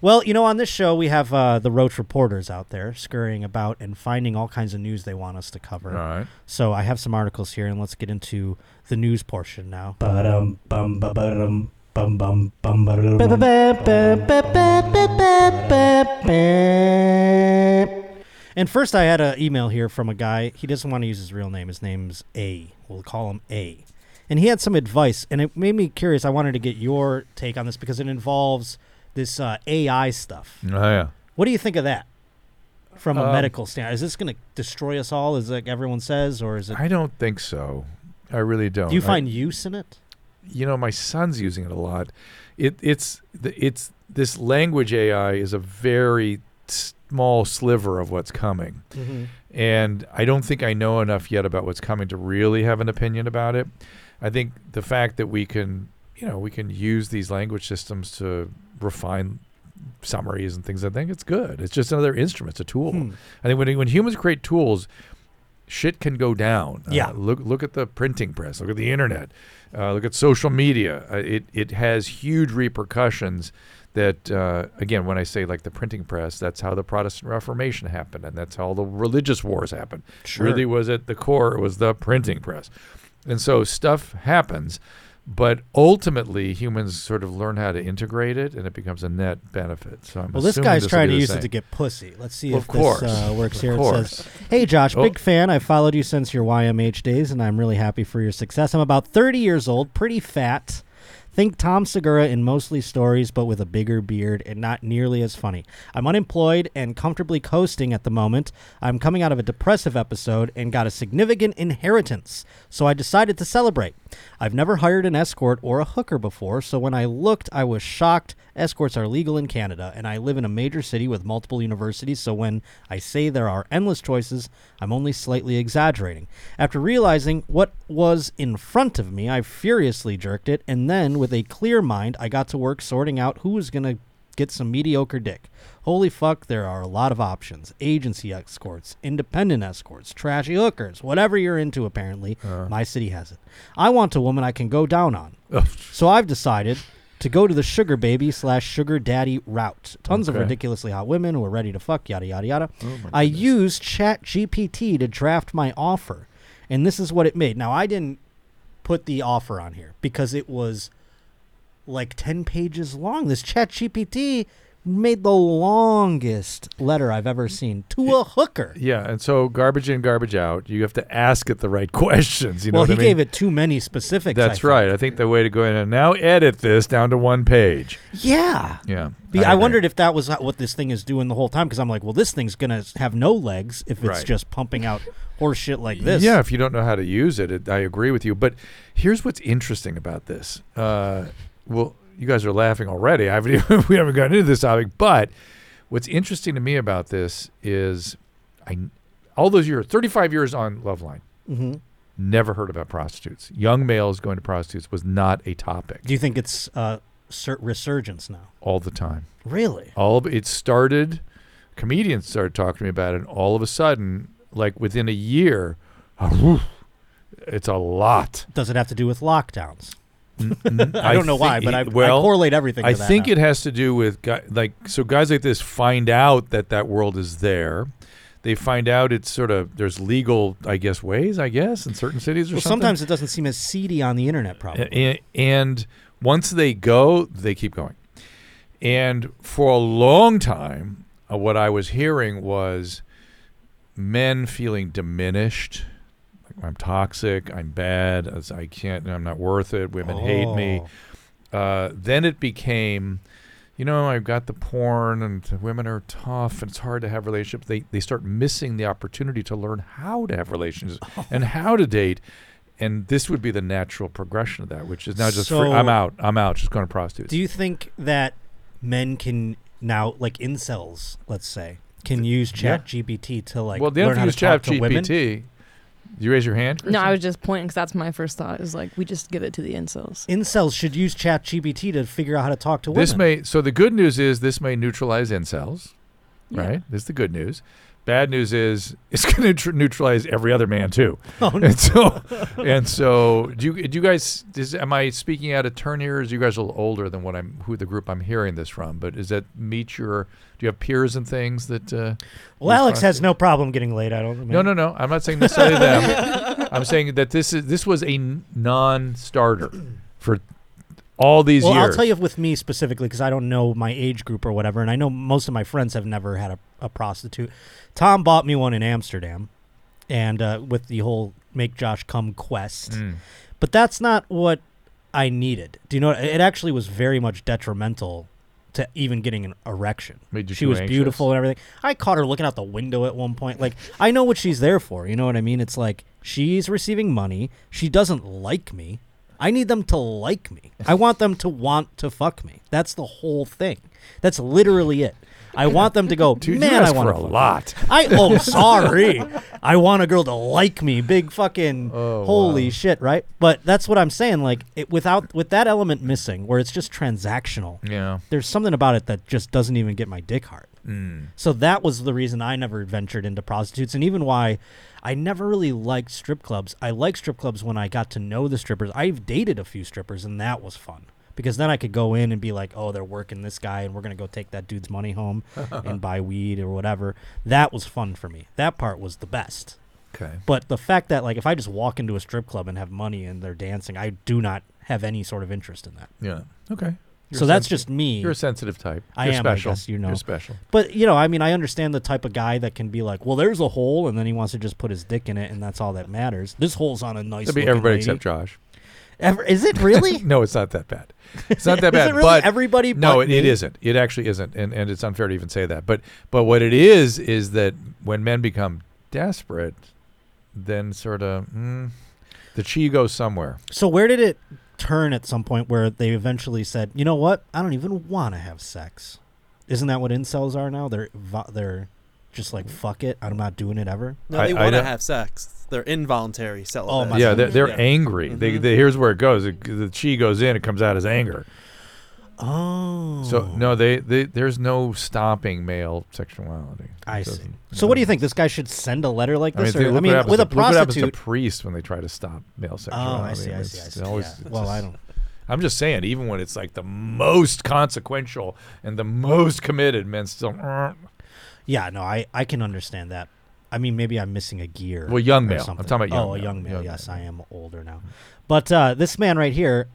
Well, you know, on this show we have uh, the Roach reporters out there scurrying about and finding all kinds of news they want us to cover.
right.
So I have some articles here, and let's get into the news portion now.
Ba-dum, bum, ba-ba-dum, bum, bum, bum, ba-da-dum.
And first, I had an email here from a guy. He doesn't want to use his real name. His name's A. We'll call him A. And he had some advice, and it made me curious. I wanted to get your take on this because it involves this uh, AI stuff.
Oh yeah.
What do you think of that from a
Um,
medical standpoint? Is this going to destroy us all, as like everyone says, or is it?
I don't think so. I really don't.
do you
Oh, I-
find use in it?
you know my son's using it a lot it it's the- it's this language ai is a very small sliver of what's coming and i don't think i know enough yet about what's coming to really have an opinion about it i think the fact that we can you know we can use these language systems to refine summaries and things i think it's good it's just another instrument it's a tool
Hmm.
I think when when humans create tools, shit can go down. Uh,
Yeah.
look look at the printing press. Look at the internet. Uh, look at social media. Uh, it it has huge repercussions. That uh, again, when I say like the printing press, that's how the Protestant Reformation happened, and that's how the religious wars happened.
Sure.
Really, was at the core it was the printing press, and so stuff happens. But ultimately, humans sort of learn how to integrate it, and it becomes a net benefit. So I'm
Well, this
assuming
guy's
will
trying
be
to
the
use
same.
it to get pussy. Let's see
Of
if
course.
this uh, works
Of
here. It
course.
says, "Hey, Josh,
Oh.
big fan. I've followed you since your YMH days, and I'm really happy for your success. I'm about 30 years old, pretty fat. Think Tom Segura in mostly stories, but with a bigger beard and not nearly as funny. I'm unemployed and comfortably coasting at the moment. I'm coming out of a depressive episode and got a significant inheritance, so I decided to celebrate. I've never hired an escort or a hooker before, so when I looked, I was shocked. Escorts are legal in Canada, and I live in a major city with multiple universities, so when I say there are endless choices, I'm only slightly exaggerating. After realizing what was in front of me, I furiously jerked it, and then, with a clear mind, I got to work sorting out who was going to get some mediocre dick. Holy fuck, there are a lot of options agency escorts, independent escorts, trashy hookers, whatever you're into, apparently. My city has it. I want a woman I can go down on. So I've decided to go to the sugar baby slash sugar daddy route. Tons of
Okay.
ridiculously hot women who are ready to fuck, yada, yada, yada.
Oh
I used Chat GPT to draft my offer, and this is what it made. Now, I didn't put the offer on here because it was like 10 pages long. This Chat GPT made the longest letter I've ever seen to a hooker.
Yeah, and so garbage in, garbage out. You have to ask it the right questions. You know
well,
what
he
I mean?
gave it too many specifics. I
That's
think.
right. I think the way to go in and now edit this down to one page.
Yeah.
Yeah,
Be- I,
agree.
wondered if that was what this thing is doing the whole time because I'm like, well, this thing's gonna have no legs if it's
Right.
just pumping out horse shit like this.
Yeah, if you don't know how to use it, it I agree with you. But here's what's interesting about this. Uh, well, you guys are laughing already. I haven't even, we haven't gotten into this topic, but what's interesting to me about this is, I all those years, 35 years on Loveline,
hmm
never heard about prostitutes. Young males going to prostitutes was not a topic
Do you think it's uh, sur- resurgence now?
all the time.
Really?
all of it started comedians started talking to me about it and all of a sudden like within a year whew, it's a lot
Does it have to do with lockdowns? I,
I
don't know why,
think-
but I, I
well,
correlate everything. To
I
that
think
now.
it has to do with guy, like so guys like this find out that that world is there. They find out it's sort of there's legal, I guess, ways, I guess, in certain cities or
Well,
something.
sometimes it doesn't seem as seedy on the internet, probably.
and, and once they go, they keep going. And for a long time, uh, what I was hearing was men feeling diminished. Like, I'm toxic. I'm bad. as I can't. I'm not worth it. Women hate me.
Oh.
Uh, then it became, you know, I've got the porn, and the women are tough, and it's hard to have relationships. They they start missing the opportunity to learn how to have relationships and how to date. And this would be the natural progression of that, which is now just free,
So-
I'm out. I'm out. Just going to prostitutes.
Do you think that men can now, like incels, let's say, can use
Yeah.
Chat GPT to like
well, they
learn
don't
how to
use Chat
talk to women?
GPT. You raise your hand.
No, I
Kristen?
was just pointing because that's my first thought. Is like we just give it to the incels.
Incels should use Chat GPT to figure out how to talk to women.
This may so the good news is this may neutralize incels,
Yeah.
right? This is the good news. Bad news is it's going to tr- neutralize every other man too.
Oh, no.
And so, and so, do you do you guys? Is, am I speaking out of turn here? Is you guys a little older than what I'm? Who the group I'm hearing this from? But is that meet your? Do you have peers and things that? Uh,
well, Alex
response-
has no problem getting laid. I don't.
no, no, no. I'm not saying necessarily them. I'm saying that this is this was a n- non-starter for all these
Well,
years.
I'll tell you with me specifically because I don't know my age group or whatever, and I know most of my friends have never had a, a prostitute. Tom bought me one in Amsterdam, and uh, with the whole "Make Josh Come" quest,
Mm.
but that's not what I needed. Do you know? what- It actually was very much detrimental to even getting an erection.
Made you
she
too
was
anxious?
beautiful and everything. I caught her looking out the window at one point. Like I know what she's there for. You know what I mean? It's like she's receiving money. She doesn't like me. I need them to like me. I want them to want to fuck me. That's the whole thing. That's literally it. I want them to go,
Dude, you
man. I
ask
want
for
to
a
fuck you."
lot.
I oh sorry. I want a girl to like me. Big fucking
Oh,
holy
wow.
shit, right? But that's what I'm saying. Like it, without with that element missing, where it's just transactional.
Yeah.
There's something about it that just doesn't even get my dick hard.
Mm.
So that was the reason I never ventured into prostitutes, and even why I never really liked strip clubs. I liked strip clubs when I got to know the strippers. I've dated a few strippers, and that was fun because then I could go in and be like, "Oh, they're working this guy, and we're gonna go take that dude's money home and buy weed or whatever." That was fun for me. That part was the best.
Okay.
But the fact that like if I just walk into a strip club and have money and they're dancing, I do not have any sort of interest in that.
Yeah. Okay.
so that's just me.
You're a sensitive type.
I
You're
am, I
special.
guess, you know.
You're special.
But you know, I mean, I understand the type of guy that can be like, "Well, there's a hole," and then he wants to just put his dick in it, and that's all that matters. This hole's on a nice.
That'd be
looking
everybody
lady.
except Josh.
Ever- is it really?
No, it's not that bad. It's not that
Is it
bad.
really
but
everybody
No,
but
it, it
me?
isn't. It actually isn't, and and it's unfair to even say that. But but what it is is that when men become desperate, then sort of mm, the chi goes somewhere.
so where did it turn at some point where they eventually said, "You know what? I don't even want to have sex." Isn't that what incels are now? They're vo- they're just like, "Fuck it, I'm not doing it ever."
No,
I-
they
I
want to
don't-
have sex. They're involuntary celibate.
Oh, my
yeah, they're, they're
Yeah.
angry. They,
Mm-hmm.
Mhm.
they, here's where it goes. It- the chi goes in. It comes out as anger.
Oh,
So no, they, they there's no stopping male sexuality.
I
It
see.
doesn't-
So what do you think? This guy should send a letter like
I mean,
this,
think-
or I
look
mean,
what happens
with
to,
a
Look what happens to
prostitute?
priests when they try to stop male
Oh,
sexuality.
I see, I
It's-
see, I
it's
see.
always-
Yeah.
it's
Well,
just-
I don't.
I'm just saying, even when it's like the most consequential and the most committed, men still.
Yeah, no, I, I can understand that. I mean, maybe I'm missing a gear.
Well, young
or
male. I'm
something.
talking about young
Oh, a
male.
young male.
Young
yes,
male.
I am older now. But uh, this man right here,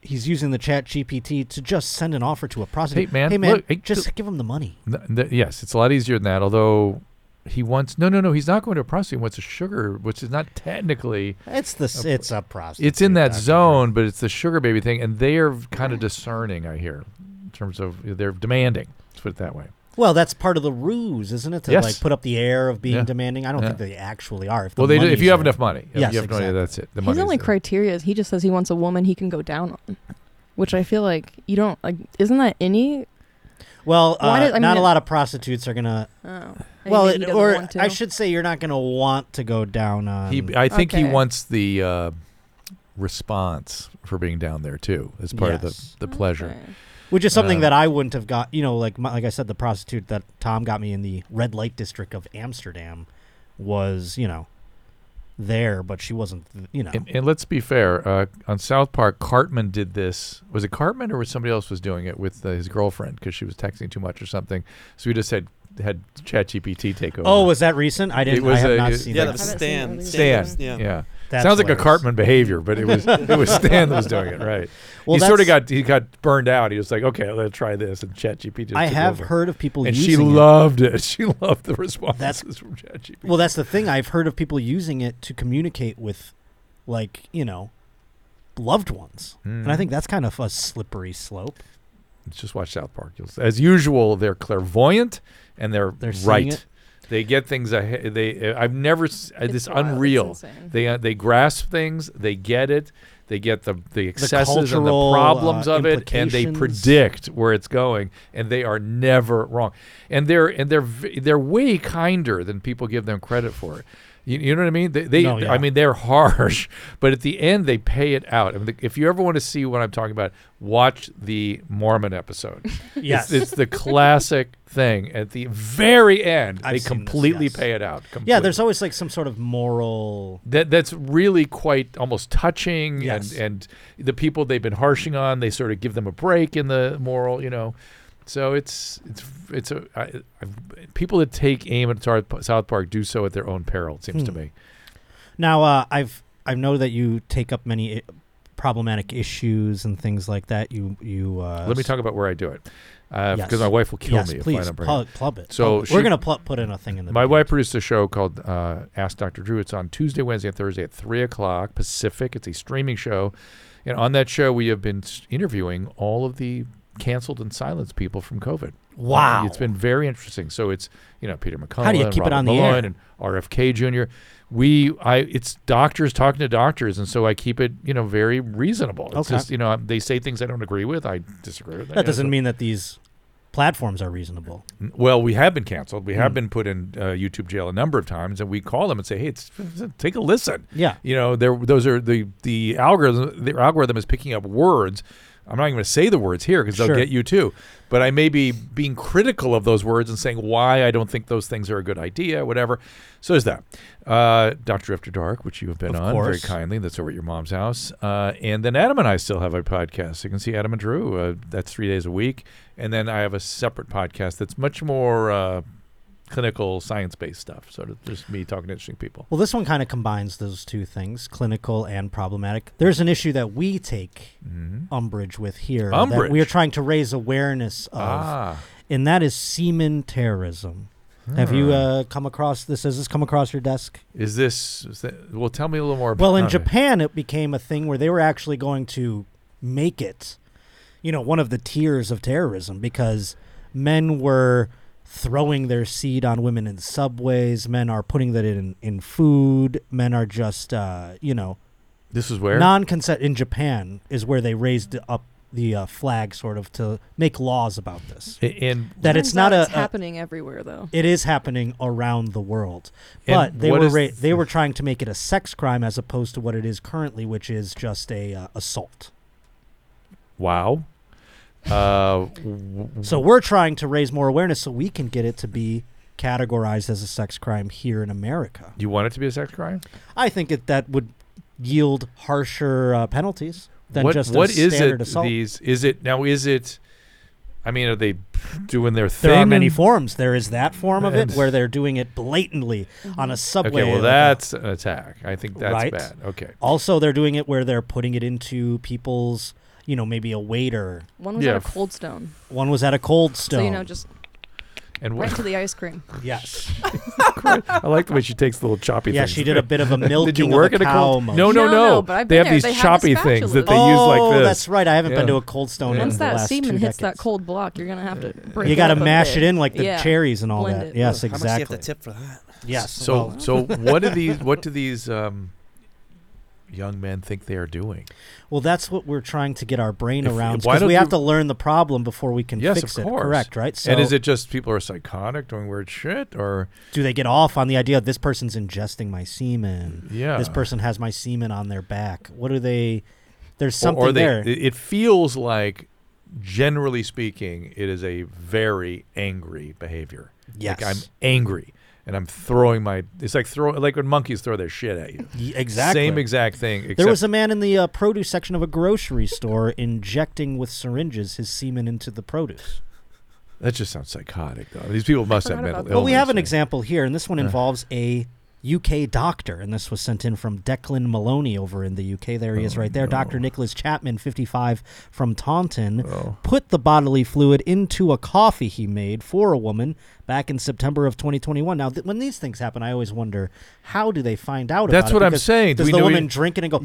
he's using the Chat GPT to just send an offer to a prostitute.
Hey, man,
hey, man,
look, hey,
just
dude.
give him the money.
N- th- yes, it's a lot easier than that. Although he wants no, no, no. He's not going to a prostitute. He wants a sugar, which is not technically.
It's the s
A-
it's a prostitute.
It's in that
Dr.
zone, but it's the sugar baby thing, and they are kind of discerning. I hear, in terms of they're demanding. Let's put it that way.
Well, that's part of the ruse, isn't it? To
Yes.
like put up the air of being
Yeah.
demanding. I don't
Yeah.
think they actually are. If the
Well, they do, if
money's
you have
there.
enough money. If
Yes,
you have no
exactly.
money, that's it. The
His
money's
only
there.
criteria is he just says he wants a woman he can go down on, which I feel like you don't like. Isn't that any?
Well, uh,
Why did- I
not
mean,
a
it-
lot of prostitutes are gonna.
Oh,
Well, it, or I should say, you're not gonna want to go down um, on.
He, I think he
Okay.
wants the uh, response for being down there too, as part
Yes.
of the, the pleasure.
which is something
Uh,
that I wouldn't have got. You know, like my, like I said, the prostitute that Tom got me in the red light district of Amsterdam was, you know, there, but she wasn't. You know,
And, and let's be fair. Uh, on South Park, Cartman did this. Was it Cartman or was somebody else was doing it with uh, his girlfriend because she was texting too much or something? So we just had had ChatGPT take over.
oh, was that recent? I didn't.
was
I have
a-
not
it-
seen
Yeah, that
that.
was
I haven't seen
Stan.
any of
Stan.
those.
Yeah.
yeah.
That's
Sounds like a
hilarious.
Cartman behavior, but it was it was Stan that was doing it, right?
Well,
he sort of
that's-
got he got burned out. He was like, okay, let's try this, and ChatGPT. just
I
took
have
over.
heard of people
and
using
she
it.
loved it. She loved the responses from ChatGPT.
Well, that's the thing. I've heard of people using it to communicate with, like, you know, loved ones.
Hmm.
And
Mm-hmm.
I think that's kind of a slippery slope.
just watch South Park. You'll, as usual, they're clairvoyant and they're,
They're seeing
right.
it.
They get things. Ahead, they I've never s- uh,
It's
this
wild. It's
unreal.
insane.
They uh, they grasp things. They get it. They get the the excesses and the
cultural,
problems
uh,
of it, and they
implications.
predict where it's going, and they are never wrong. And they're and they're v- they're way kinder than people give them credit for. You, you know what I mean? They, they
No, yeah.
I mean they're harsh, but at the end they pay it out. I mean, if you ever want to see what I'm talking about, watch the Mormon episode.
Yes.
It's, it's the classic thing. At the very end,
I've
they
seen this,
completely
yes.
pay it out.
yeah,
completely.
there's always like some sort of moral.
that that's really quite almost touching
Yes.
and and the people they've been harshing on they sort of give them a break in the moral you know so it's it's it's a I, I've, people that take aim at Tar- South Park do so at their own peril it seems
Hmm.
to me
Now, uh, I've I know that you take up many I- problematic issues and things like that. You you uh,
let me talk about where I do it Uh, because
Yes.
my wife will kill
yes,
me
please
if I don't bring it.
plug, plug it.
So
Plug it. we're
she-
gonna pl- put in a thing in the.
My
beginning.
wife produced a show called uh, Ask Dr. Drew. It's on Tuesday, Wednesday, and Thursday at 3 o'clock Pacific. It's a streaming show. And on that show, we have been s- interviewing all of the canceled and silenced people from COVID.
Wow.
uh, It's been very interesting. So it's, you know, Peter McCullough,
do you keep it
Robert
on the
Malone,
air?
and RFK Jr. We, I, it's doctors talking to doctors, and so I keep it, you know, very reasonable. It's
Okay.
just, you know, they say things I don't agree with. I disagree with.
That doesn't
mean.
mean that these platforms are reasonable.
Well, we have been canceled. We have
Hmm.
been put in uh, YouTube jail a number of times, and we call them and say, "Hey, it's, take a listen."
Yeah.
you know, there those are the the algorithm. The algorithm is picking up words. I'm not even going to say the words here because
Sure.
they'll get you too. But I may be being critical of those words and saying why I don't think those things are a good idea, whatever. So there's that. Uh, Doctor After Dark, which you have been
Of
on very
course.
kindly. That's over at your mom's house. Uh, and then Adam and I still have a podcast. You can see Adam and Drew. Uh, that's three days a week. And then I have a separate podcast that's much more uh, clinical, science based stuff. Sort of just me talking to interesting people.
Well, this one kind of combines those two things, clinical and problematic. There's an issue that we take
Mm-hmm.
umbrage with here
Umbrage? Ah.
that we are trying to raise awareness of, and that is semen terrorism. Have you uh, come across this? Has this come across your desk?
hmm. Is this, is that- well, tell me a little more about
Well, in
it.
Japan, it became a thing where they were actually going to make it, you know, one of the tiers of terrorism because men were throwing their seed on women in subways. Men are putting that in in food. Men are just, uh, you know,
This is where?
non-consent in Japan is where they raised up the uh, flag, sort of, to make laws about this.
A- and
That it's
Turns
not
out
a,
it's
a
happening everywhere though.
it is happening around the world,
And
but they
what
were
is
ra-
th-
they were trying to make it a sex crime as opposed to what it is currently, which is just a uh, assault.
wow. Uh, w-
So we're trying to raise more awareness so we can get it to be categorized as a sex crime here in America.
do you want it to be a sex crime?
I think it, that would yield harsher uh, penalties than
what,
just
what
a
is
standard
it
assault.
these is it now is it i mean are they doing their thing
there are many
and-
forms. There is that form of
And-
it where they're doing it blatantly on a subway.
Mm-hmm. okay well
like a-
that's an attack i think that's
Right.
bad okay
Also, they're doing it where they're putting it into people's, you know, maybe a waiter.
One was
Yeah,
at a
f-
cold stone,
One was at a cold stone.
so you know, just
and
right
what
to the ice cream.
yes,
i like the way she takes the little choppy
yeah.
things.
She did a bit of a milking
did you work
of
at
a
a
cow.
cold
motion.
no no no,
No, no, but I've
they have
been there.
these
They have the
choppy things that they
oh,
use like this
that's right. I haven't been
Yeah.
to a cold stone
Yeah.
in
Once
the
that
last
semen
two
hits that
decades.
cold block, you're gonna have to. Break
You
got to
mash it in like the
Yeah.
cherries and all
Blend
that.
it.
Yes,
Ooh,
exactly.
How much do you have to tip for that?
Yes.
so
well,
so what do these what do these um young men think they are doing
well, that's what we're trying to get our brain
If-
around
why
because
don't
we
you-
have to learn the problem before we can
yes
fix
of
it.
course
Correct, right? So
and is it just people are psychotic doing weird shit or
do they get off on the idea of this person's ingesting my semen?
Yeah.
This person has my semen on their back. What are they? There's
Or-
something
or they,
there.
It it feels like, generally speaking, it is a very angry behavior. Like I'm
Yes.
angry and I'm throwing my. It's like throw like when monkeys throw their shit at you.
Y- exactly.
Same exact thing. Except
There was a man in the uh, produce section of a grocery store injecting with syringes his semen into the produce.
that just sounds psychotic. Though these people must have
forgot
mental illness.
about that.
But we have an
or-
example here, and this one involves a UK doctor, and this was sent in from Declan Maloney over in the UK. There he
Oh,
is, right there. Doctor Nicholas Chapman, 55, from Taunton,
Oh.
put the bodily fluid into a coffee he made for a woman back in September of 2021. Now, th- when these things happen, I always wonder how do they find out? about
That's
it?
what I'm
Because
saying. Do
Does
we
the
know
woman
it-
drink it and go?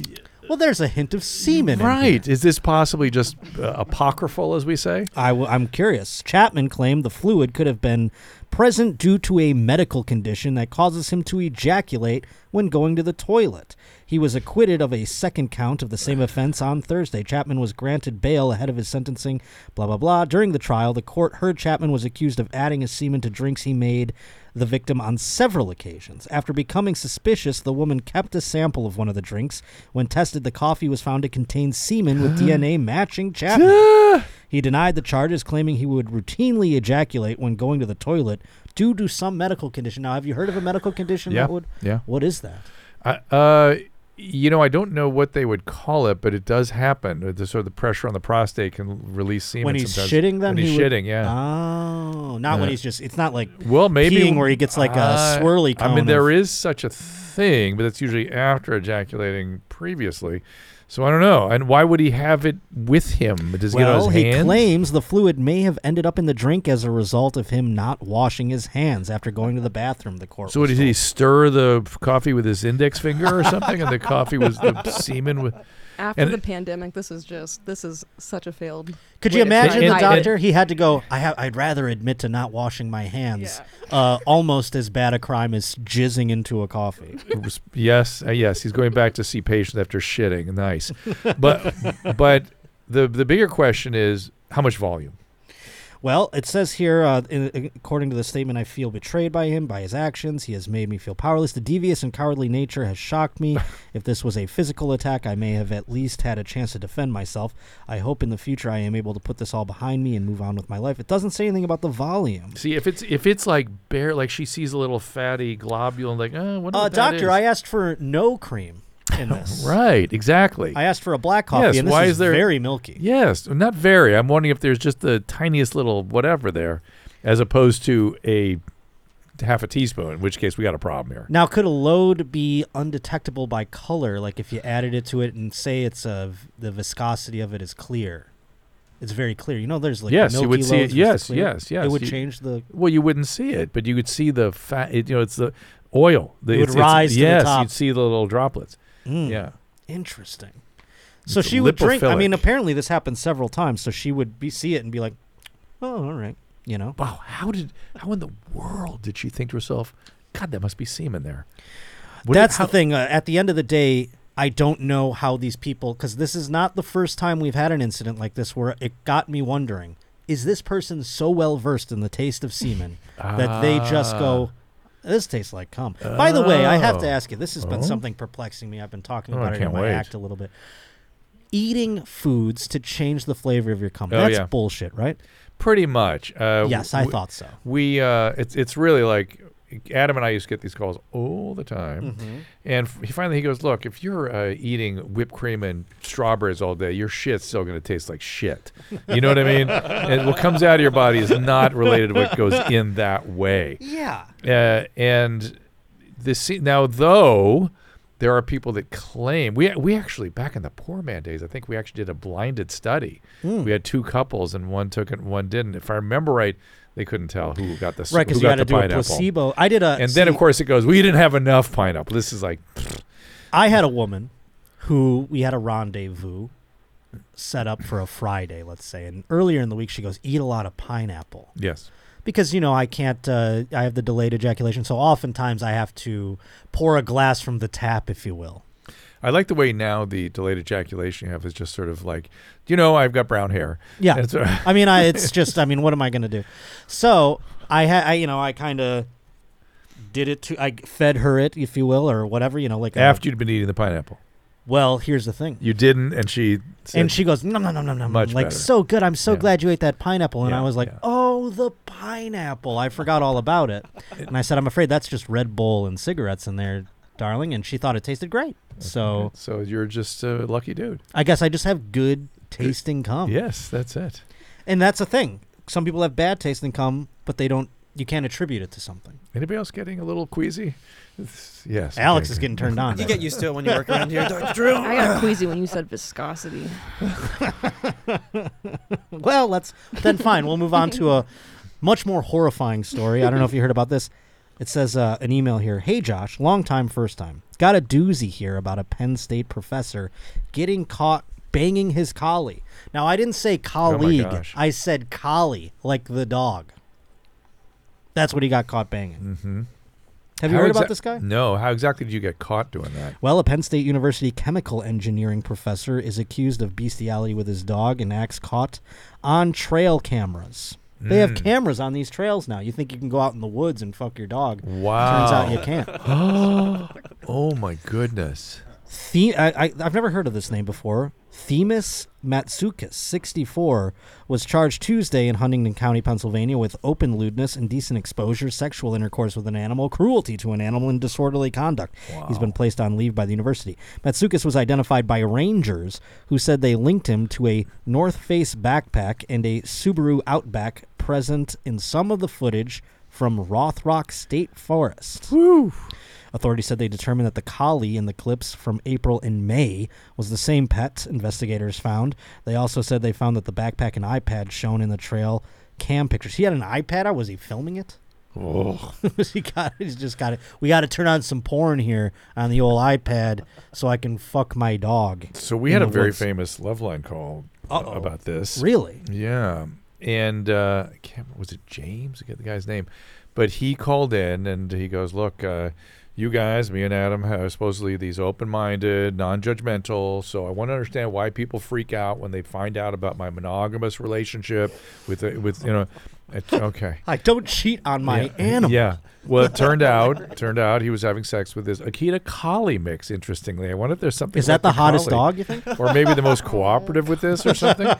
Well, there's a hint of semen. in here."
Right. Is this possibly just uh, apocryphal, as we say?
I w- I'm curious. Chapman claimed the fluid could have been present due to a medical condition that causes him to ejaculate when going to the toilet. He was acquitted of a second count of the same offense on Thursday. Chapman was granted bail ahead of his sentencing, blah, blah, blah. During the trial, the court heard Chapman was accused of adding his semen to drinks he made the victim on several occasions. After becoming suspicious, the woman kept a sample of one of the drinks. When tested, the coffee was found to contain semen with DNA matching Chapman. he denied the charges, claiming he would routinely ejaculate when going to the toilet due to some medical condition. Now, have you heard of a medical condition
Yeah,
that would?
yeah.
What is that?
I, uh, you know, I don't know what they would call it, but it does happen. Uh, The sort of the pressure on the prostate can release semen.
when he's
sometimes.
shitting, then
when he's
he would-
shitting, yeah.
Oh, not when
Yeah.
he's just. It's not like
well, maybe
peeing where he gets like a
uh,
swirly.
I
cone
mean,
of-
there is such a thing, but it's usually after ejaculating previously. So I don't know. And why would he have it with him? Does he get it on
Well,
his
he
hands?
claims the fluid may have ended up in the drink as a result of him not washing his hands after going to the bathroom. The court.
So what,
was
did he
told.
stir the f- coffee with his index finger or something, and the coffee was the semen with?
After
And-
the pandemic, this is just this is such a failed.
Could
way
you
to try
imagine
and
the
hide it.
doctor? he had to go. I have. I'd rather admit to not washing my hands. Uh, almost as bad a crime as jizzing into a coffee.
Yes, uh, yes, he's going back to see patients after shitting. Nice, but but the the bigger question is how much volume.
Well, it says here, uh, in, in- according to the statement, I feel betrayed by him, by his actions. He has made me feel powerless. The devious and cowardly nature has shocked me. if this was a physical attack, I may have at least had a chance to defend myself. I hope in the future I am able to put this all behind me and move on with my life. It doesn't say anything about the volume.
See if it's if it's like bare, like she sees a little fatty globule and like, oh, what?
Uh,
what that
doctor,
is."
I asked for no cream in this.
right, exactly.
I asked for a black coffee,
Yes,
and this
why
is,
is there-
very milky.
Yes, not very. I'm wondering if there's just the tiniest little whatever there, as opposed to a half a teaspoon. In which case, we got a problem here.
Now, could a load be undetectable by color? Like if you added it to it and say it's a v- the viscosity of it is clear, it's very clear. You know, there's like
Yes,
milky
you would see
loads versus
it. Yes,
clear.
yes, yes.
It would
You-
change the.
Well, you wouldn't see it, but you could see the fat. It, you know, it's the oil. The,
It would
it's- it's-
rise to the
yes,
top.
you'd see the little droplets.
Mm,
Yeah.
interesting. So
It's
she would drink. I mean,
lipophilic.
apparently this happened several times. So she would be see it and be like, "Oh, all right," you know.
Wow. How did? How in the world did she think to herself, "God, that must be semen there"? What-
That's
how-
the thing. Uh, at the end of the day, I don't know how these people, because this is not the first time we've had an incident like this where it got me wondering is this person so well versed in the taste of semen that they just go, this tastes like cum? By the way, I have to
Ah. Oh.
ask you this has been
Oh?
something perplexing me. I've been talking
Oh, I
about it in
can't
my
wait.
act a little bit. Eating foods to change the flavor of your cum.
Oh,
That's
yeah.
bullshit, right?
Ah, Pretty much. Uh,
yes, I
w-
thought so.
we uh, it's it's really like Adam and I used to get these calls all the time, and f- he finally he goes, "Look, if you're uh, eating whipped cream and strawberries all day, your shit's still going to taste like shit. You know what I mean? and what comes out of your body is not related to what goes in that way.
Yeah.
Uh, and this se- now though." There are people that claim we we actually back in the poor man days. I think we actually did a blinded study.
Hmm.
We had two couples and one took it and one didn't. If I remember right, they couldn't tell who got the s-
Right, because
who
you got
got
to
the
do
pineapple.
a placebo. I did a.
And then,
see-
of course, it goes, we didn't have enough pineapple. This is like,
I had a woman who we had a rendezvous set up for a Friday, let's say. And earlier in the week, she goes, Eat a lot of pineapple.
yes.
Because, you know, I can't, uh, I have the delayed ejaculation. So oftentimes I have to pour a glass from the tap, if you will.
I like the way now the delayed ejaculation you have is just sort of like, you know, I've got brown hair.
Yeah.
And so-
I mean, I, it's just, I mean, what am I going to do? So I, ha- I, you know, I kind of did it to, I fed her it, if you will, or whatever, you know, like, a-
after you'd been eating the pineapple,
well, here's the thing.
you didn't, and she said,
and she goes, no, no, no, no, no,
Much
like
better.
so good. I'm so
Yeah.
glad you ate that pineapple. And
Yeah,
I was like,
yeah.
oh, the pineapple. I forgot all about it. and I said, I'm afraid that's just Red Bull and cigarettes in there, darling. And she thought it tasted great. So
so you're just a lucky dude.
I guess I just have good tasting cum.
Yes, that's it.
And that's a thing. Some people have bad tasting cum, but they don't you can't attribute it to something.
Anybody else getting a little queasy? It's- yes.
Alex
okay,
is
good.
getting turned on.
You get used to it when you work around here, Dr. Drew.
I got queasy when you said viscosity.
Well, let's then fine. We'll move on to a much more horrifying story. I don't know if you heard about this. It says uh, an email here. Hey Josh, long time, first time. Got a doozy here about a Penn State professor getting caught banging his collie. Now I didn't say colleague.
Oh gosh.
I said collie, like the dog. That's what he got caught banging. Mm-hmm. Have you
How
heard
exa-
about this guy?
No. How exactly did you get caught doing that?
Well, a Penn State University chemical engineering professor is accused of bestiality with his dog and acts caught on trail cameras. They have cameras on these trails now. You think you can go out in the woods and fuck your dog? Turns out you
Wow.
can't.
Oh my goodness.
The- I, I, I've never heard of this name before. Themis Matsukis, 64, was charged Tuesday in Huntington County, Pennsylvania, with open lewdness, indecent exposure, sexual intercourse with an animal, cruelty to an animal, and disorderly conduct. He's been placed on leave by the university. Matsukis was identified by rangers who said they linked him to a North Face backpack and a Subaru Outback present in some of the footage from Rothrock State Forest. Authorities said they determined that the collie in the clips from April and May was the same pet, investigators found. They also said they found that the backpack and iPad shown in the trail cam pictures. He had an iPad out? Was he filming it?
Oh.
he got He's just got it. We got to turn on some porn here on the old iPad so I can fuck my dog.
So we
In
had a
the
very
woods.
famous Loveline call
Uh-oh.
about this.
Really?
Yeah, and uh, I can't, was it James? I get the guy's name, but he called in and he goes, "Look, uh, you guys, me and Adam, are supposedly these open-minded, non-judgmental. So I want to understand why people freak out when they find out about my monogamous relationship with uh, with you know." It's, okay.
I don't cheat on my
yeah.
animal.
Yeah. Well, it turned out turned out he was having sex with this Akita Collie mix. Interestingly, I wonder if there's something.
Is that
like
the hottest
collie
dog, you think?
or maybe the most cooperative with this or something.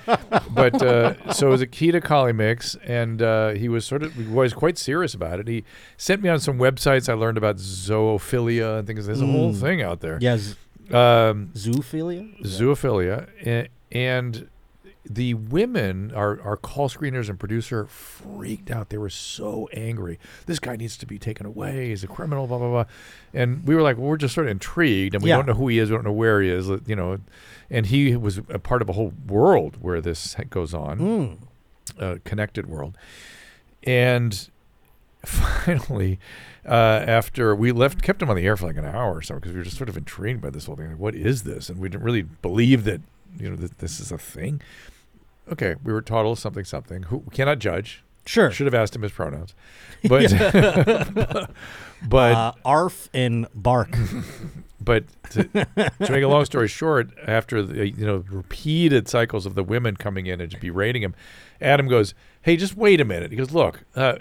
But uh, so it was a Kita Collie mix, and uh, he was sort of he was quite serious about it. He sent me on some websites. I learned about zoophilia and things. There's a whole
Mm.
thing out there.
Yes.
Um,
Zoophilia?
zoophilia and, and the women our, our call screeners and producer freaked out they were so angry this guy needs to be taken away he's a criminal blah blah blah and we were like well, we're just sort of intrigued and we
Yeah.
don't know who he is we don't know where he is you know and he was a part of a whole world where this goes on
Mm.
uh, connected world. And finally, uh, after we left, kept him on the air for like an hour or so because we were just sort of intrigued by this whole thing. Like, what is this? And we didn't really believe that you know that this is a thing. Okay, we were toddle something something. Who we cannot judge.
Sure.
Should have asked him his pronouns, but but
Uh, arf and bark.
but to, to make a long story short, after the you know repeated cycles of the women coming in and just berating him, Adam goes, "Hey, just wait a minute." He goes, "Look, uh,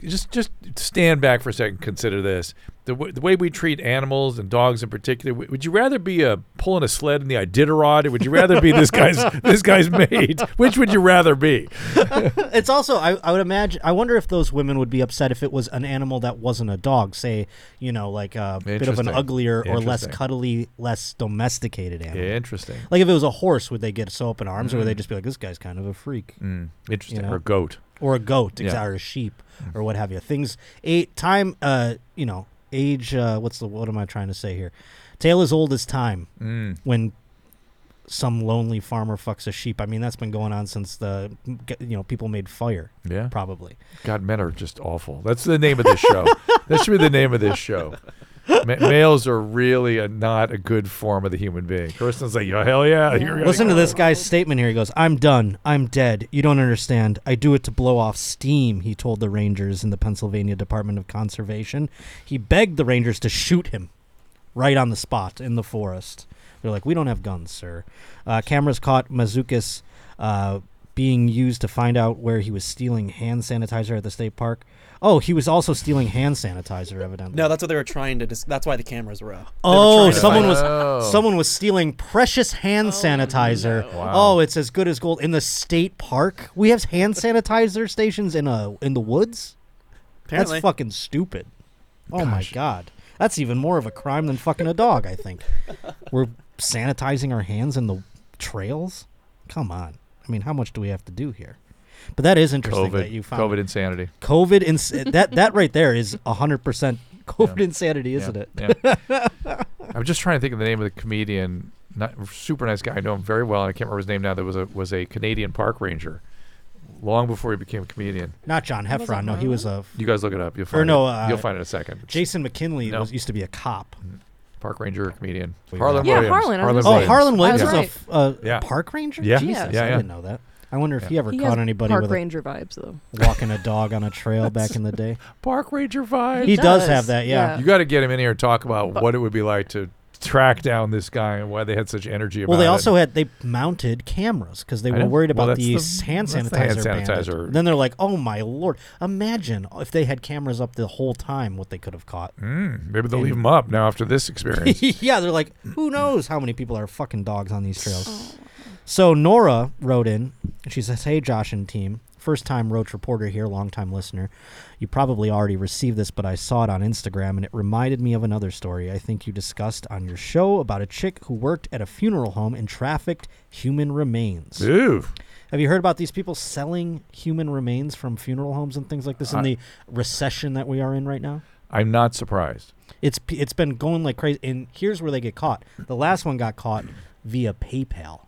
just just stand back for a second. Consider this: the, w- the way we treat animals and dogs in particular. W- would you rather be uh, pulling a sled in the Iditarod, or would you rather be this guy's this guy's mate? Which would you rather be?"
It's also I, I would imagine I wonder if those women would be upset if it was an animal that wasn't a dog, say you know like a bit of an
Interesting.
uglier or less
Interesting.
cuddly, less domesticated animal.
Interesting.
Like if it was a horse, would they get so up in arms, or would they just be like, "This guy's kind of a freak,"
Mm, interesting.
You know?
Or goat.
or a goat,
Yeah. Mm.
exa- or a sheep, or what have you? Things a time, uh, you know, age. Uh, what's the what am I trying to say here? Tale as old as time.
Mm.
When some lonely farmer fucks a sheep. I mean, that's been going on since the you know people made fire,
Yeah.
probably.
God, men are just awful. That's the name of this show. that should be the name of this show. Ma- males are really a, not a good form of the human being. Kristen's like, yeah, hell yeah. you're gonna
Listen to
go."
this guy's statement here. He goes, I'm done. I'm dead. You don't understand. I do it to blow off steam, he told the Rangers in the Pennsylvania Department of Conservation. He begged the Rangers to shoot him right on the spot in the forest. They're like, we don't have guns, sir. Uh, cameras caught Mazukis uh, being used to find out where he was stealing hand sanitizer at the state park. Oh, he was also stealing hand sanitizer, evidently.
No, that's what they were trying to. Dis- that's why the cameras were up. They were
Oh,
trying to
someone
find- Oh,
was
Oh.
someone was stealing precious hand sanitizer.
Wow.
Oh, it's as good as gold in the state park. We have hand sanitizer stations in a in the woods.
Apparently.
That's fucking stupid. Oh my god, that's even more of a crime than fucking a dog. I think we're sanitizing our hands in the trails. Come on. I mean, how much do we have to do here? But that is interesting that
COVID,
you found
COVID insanity.
COVID ins- that that right there is hundred percent COVID
Yeah.
insanity, isn't it?
yeah, yeah. I'm just trying to think of the name of the comedian. Not super nice guy. I know him very well. I can't remember his name now. That was a was a Canadian park ranger, long before he became a comedian.
Not John
Wasn't
Heffron. No, he was a
You guys look it up. You'll find
no,
it.
uh,
You'll find it in a second.
Jason McKinley
No.
was used to be a cop.
park ranger, comedian.
Wait,
Harlan
Yeah,
Williams.
Harlan, I was
Oh,
Williams.
Harlan Williams
I
was
was
a
right.
f- a
Yeah.
park ranger.
Yeah.
Jesus,
Yeah,
I
yeah.
didn't know that. I wonder if he ever
He
caught
has
anybody
Park
with
Ranger vibes though.
a walking a dog on a trail back in the day.
Park ranger vibe.
He does
Oh, does,
have that, yeah.
yeah.
You got to get him in here and talk about what it would be like to track down this guy and why they had such energy about
Well, they
it.
also had they mounted cameras because they
I
were
know.
worried
Well,
about
that's
these
the-
hand
that's
sanitizer.
the hand
bandits.
sanitizer.
And then they're like, "Oh my lord! Imagine if they had cameras up the whole time, what they could have caught."
Mm, maybe they'll leave him up now after this experience.
yeah, they're like, who knows how many people are fucking dogs on these trails. So Nora wrote in and she says, Hey Josh and team, first time Roach reporter here, long time listener. You probably already received this, but I saw it on Instagram and it reminded me of another story I think you discussed on your show about a chick who worked at a funeral home and trafficked human remains.
Ooh,
Have you heard about these people selling human remains from funeral homes and things like this in
I-
the recession that we are in right now?
I'm not surprised.
It's p- it's been going like crazy, and here's where they get caught. The last one got caught via PayPal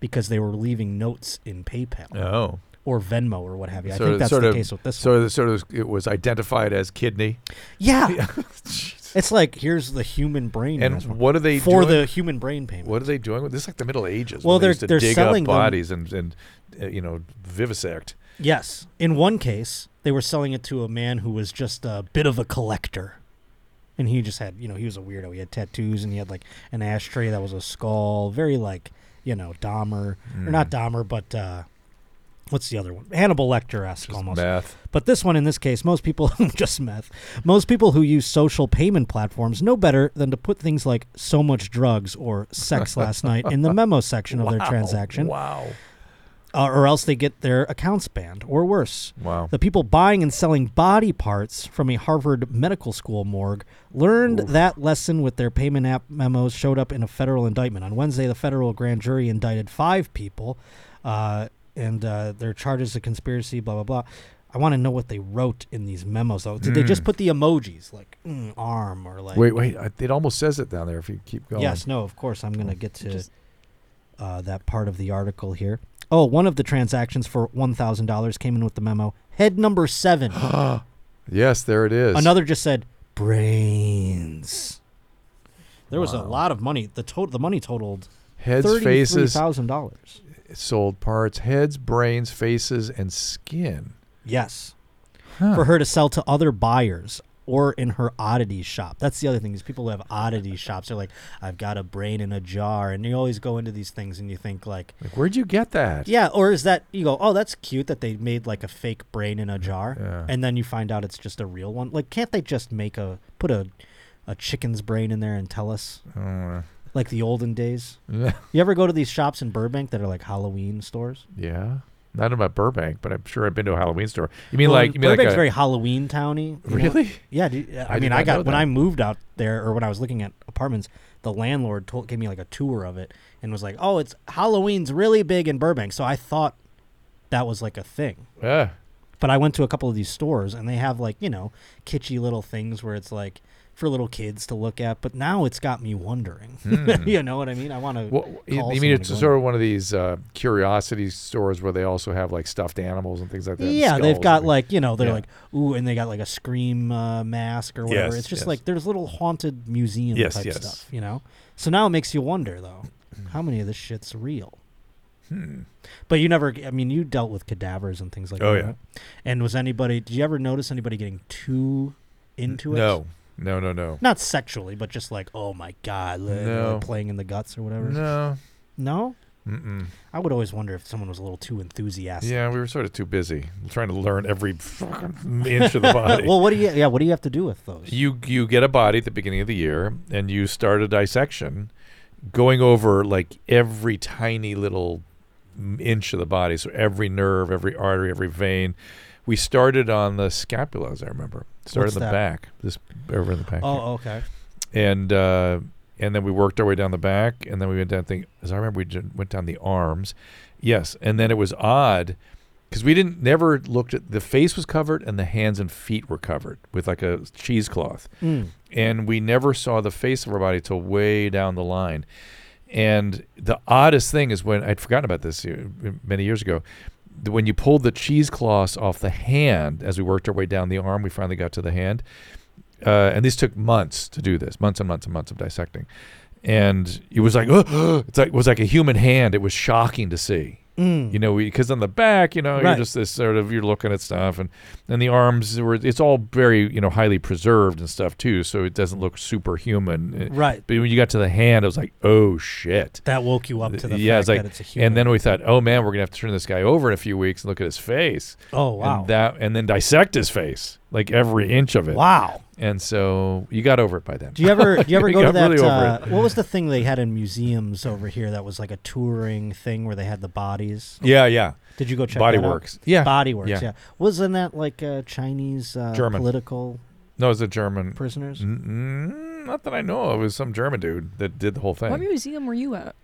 because they were leaving notes in PayPal
Oh,
or Venmo or what have you. I
Sort
think
of-
that's
sort
the
of-
case with this one.
so the- sort of it was identified as kidney.
Yeah,
Jeez.
it's like here's the human brain in
and
this one.
what are they
for
doing?
the human brain payment.
What are they doing with this? is Like the Middle Ages.
Well,
when they
they're-
used to
they're
dig
selling
up
them-
bodies and and uh, you know vivisect.
Yes, in one case they were selling it to a man who was just a bit of a collector. And he just had, you know, he was a weirdo. He had tattoos and he had like an ashtray that was a skull, very like, you know, Dahmer
Hmm,
or not
Mm-hmm.
Dahmer, but uh, what's the other one? Hannibal Lecter esque
Just
almost.
meth.
But this one, in this case, most people just meth. Most people who use social payment platforms know better than to put things like "so much drugs" or "sex last night" in the memo section of their
Wow,
transaction,
Wow.
uh, or else they get their accounts banned, or worse.
Wow.
The people buying and selling body parts from a Harvard medical school morgue learned that lesson with their payment app memos showed up in a federal indictment. On Wednesday, the federal grand jury indicted five people, uh, and uh, their charges of conspiracy, blah, blah, blah. I want to know what they wrote in these memos, though. Did they just put the emojis, like mm, arm or like.
Wait, wait. I- It almost says it down there. If you keep going.
Yes, no, of course. I'm going to get to
Just-
uh, that part of the article here. Oh, one of the transactions for $1,000 came in with the memo. Head number seven.
Yes, there it is.
Another just said brains. There was a
Wow.
lot of money. The total, the money totaled
heads,
thirty-three
faces,
thousand dollars.
sold parts, heads, brains, faces, and skin.
Yes,
Huh.
for her to sell to other buyers or in her oddity shop. That's the other thing is people who have oddity shops. They're like, I've got a brain in a jar, and you always go into these things and you think like,
Like, where'd you get that?
yeah, or is that you go, oh, that's cute that they made like a fake brain in a jar,
Mm, Yeah.
and then you find out it's just a real one. Like, can't they just make a put a a chicken's brain in there and tell us
Uh,
like the olden days? You ever go to these shops in Burbank that are like Halloween stores?
yeah. Not about Burbank, but I'm sure I've been to a Halloween store. You mean
Well,
like you mean like
Burbank's
a,
very Halloween towny. you know?
really?
Yeah. Do you- I,
I
mean,
did
I
not
got
know
when
that.
I moved out there, or when I was looking at apartments, the landlord told, gave me like a tour of it and was like, "Oh, it's Halloween's really big in Burbank," so I thought that was like a thing.
Yeah.
But I went to a couple of these stores and they have like you know kitschy little things where it's like for little kids to look at. But now it's got me wondering.
Hmm.
you know what I mean? I want to.
Well, you,
call
you mean
someone
it's
to go in
sort of one of these uh, curiosity stores where they also have like stuffed animals and things like that. and
Yeah,
skulls
they've
and
got
things?
like you know they're
Yeah.
like ooh, and they got like a scream uh, mask or whatever.
Yes,
it's just
yes.
like there's little haunted museum
Yes,
type
yes.
stuff, you know. So now it makes you wonder though, how many of this shit's real?
Hmm.
But you never, I mean, you dealt with cadavers and things like
Oh,
that.
yeah.
right? And was anybody? Did you ever notice anybody getting too into it?
no, no, no, no,
Not sexually, but just like, oh my god, like,
No.
playing in the guts or whatever.
no.
No?
Mm-mm.
I would always wonder if someone was a little too enthusiastic.
Yeah, we were sort of too busy trying to learn every fucking inch of the body.
well, what do you? Yeah, what do you have to do with those?
you you get a body at the beginning of the year and you start a dissection going over like every tiny little m- inch of the body so every nerve every artery every vein we started on the scapula as i remember started
What's
in the
that?
back this over in the back here.
oh, okay.
and uh and then we worked our way down the back and then we went down thing as i remember we did, went down the arms yes and then it was odd because we didn't never looked at the face was covered and the hands and feet were covered with like a cheesecloth
Mm.
and we never saw the face of her body till way down the line and the oddest thing is when i'd forgotten about this uh, many years ago th- when you pulled the cheesecloth off the hand as we worked our way down the arm we finally got to the hand uh, and these took months to do this months and months and months of dissecting and it was like it's like it was like a human hand it was shocking to see
Mm.
you know because on the back you know you're
Right.
just this sort of you're looking at stuff and and the arms were it's all very you know highly preserved and stuff too so it doesn't look superhuman Uh,
Right.
but when you got to the hand it was like oh shit
That woke you up to the
yeah
fact
it's like
that it's a human.
and then we thought oh man we're gonna have to turn this guy over in a few weeks and look at his face
oh wow,
and that and then dissect his face like every inch of it
wow.
and so you got over it by then
Do you ever do you ever
You
go to
got
that?
really over
uh,
it.
what was the thing they had in museums over here that was like a touring thing where they had the bodies?
yeah yeah
Did you go check
Body
that out?
Works. Yeah.
Body Works.
Yeah.
Yeah. Wasn't that like uh, Chinese uh,
German.
political
no it's a german
prisoners?
Mm, not that I know of. It was some German dude that did the whole
What
thing.
museum were you at?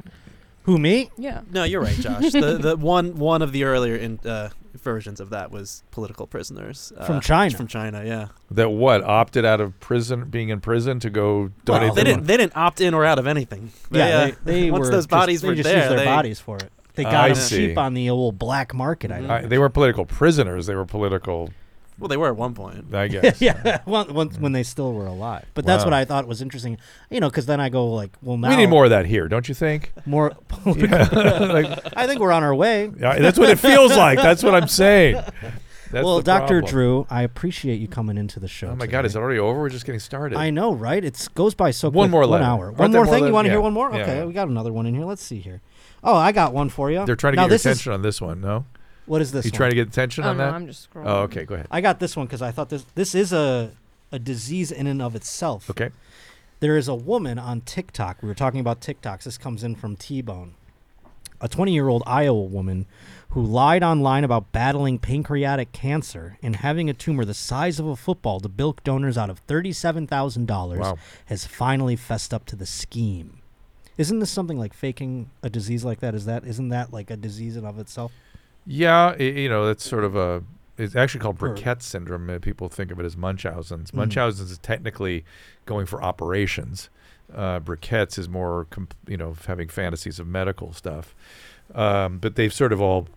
Who me?
Yeah.
No, you're right, Josh. the the one one of the earlier in, uh, versions of that was political prisoners uh,
From China.
From China, yeah.
That what opted out of prison, being in prison to go donate.
Well,
They
their
didn't they didn't opt in or out of anything. They,
yeah.
uh,
they, they
once
were
those
just-
bodies
they
were
just
there,
used their
they,
bodies for it. They
I
got them
see.
cheap on the old black market. I
Mhm.
money. I- they were political prisoners. They were political.
Well, they were at one point.
I guess.
yeah, well, when, when they still were alive. But that's
Wow.
what I thought was interesting. You know, because then I go like, well, now
We need more of that here, don't you think?
more political.
Yeah. Like,
I think we're on our way.
yeah, that's what it feels like. That's what I'm saying. That's
well,
the
Doctor
problem.
Drew, I appreciate you coming into the show.
Oh my
today.
God, is it already over? We're just getting started.
I know, right? It goes by so quick.
One more
One
letter.
hour.
Aren't
one
there
more
more
thing.
letters?
You want to
Yeah.
hear one more?
Yeah,
okay,
yeah.
we got another one in here. Let's see here. Oh, I got one for you.
They're trying to
now,
get your
this is-
attention on this one. No,
what is this?
you
one?
trying to get attention
Oh,
on
no,
that?
I'm just scrolling.
oh, okay. Go ahead.
I got this one because I thought this this is a a disease in and of itself.
Okay.
There is a woman on TikTok. We were talking about TikToks. This comes in from T Bone, a 20 year old Iowa woman who lied online about battling pancreatic cancer and having a tumor the size of a football to bilk donors out of $37,000
Wow.
has finally fessed up to the scheme. Isn't this something like faking a disease like that? Is that isn't that like a disease in of itself?
Yeah, i you know, that's sort of a. It's actually called
Or-
Briquette syndrome. uh, People think of it as Munchausen's.
Mm.
Munchausen's is technically going for operations. Uh, Briquette's is more, comp- you know, having fantasies of medical stuff. Um, but they've sort of all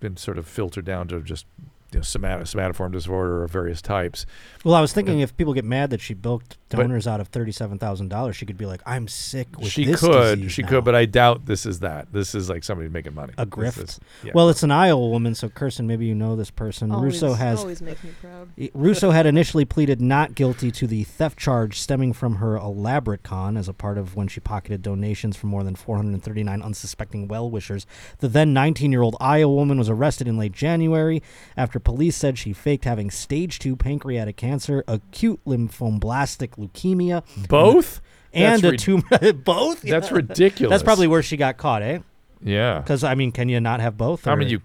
been sort of filtered down to just you know, somat- somatoform disorder of various types.
Well, I was thinking if people get mad that she bilked
But-
donors out of thirty-seven thousand dollars, she could be like, "I'm sick with
she
this
could,
disease
she
now."
could, but I doubt this is that. This is like somebody making money.
A
This
grift.
is- yeah.
Well, it's an Iowa woman, so Kirsten, maybe you know this person.
Always- Oh,
Russo has
Always makes me proud.
I- Russo had initially pleaded not guilty to the theft charge stemming from her elaborate con as a part of when she pocketed donations from more than 439 unsuspecting well wishers. The then 19 year old Iowa woman was arrested in late January after police said she faked having stage 2 pancreatic cancer, acute lymphoblastic leukemia,
both.
and
That's
a
rid-
tumor. Both?
That's ridiculous.
That's probably where she got caught, eh?
yeah.
Because, I mean, can you not have both?
I mean,
or-
you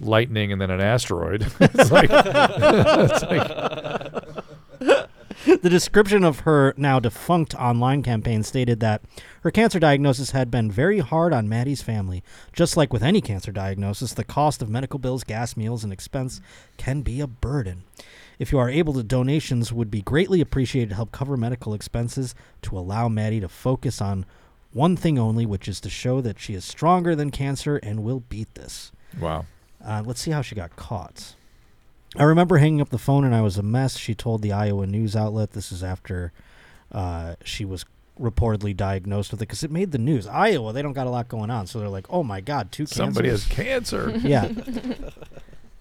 lightning and then an asteroid. it's like, it's like-
The description of her now defunct online campaign stated that her cancer diagnosis had been very hard on Maddie's family. Just like with any cancer diagnosis, the cost of medical bills, gas, meals, and expense can be a burden. If you are able to, donations would be greatly appreciated to help cover medical expenses to allow Maddie to focus on one thing only, which is to show that she is stronger than cancer and will beat this.
wow.
Uh, let's see how she got caught. I remember hanging up the phone and I was a mess. She told the Iowa news outlet. This is after uh, she was reportedly diagnosed with it because it made the news. Iowa, they don't got a lot going on, so they're like, "Oh my God, two cancers."
Somebody has cancer.
yeah.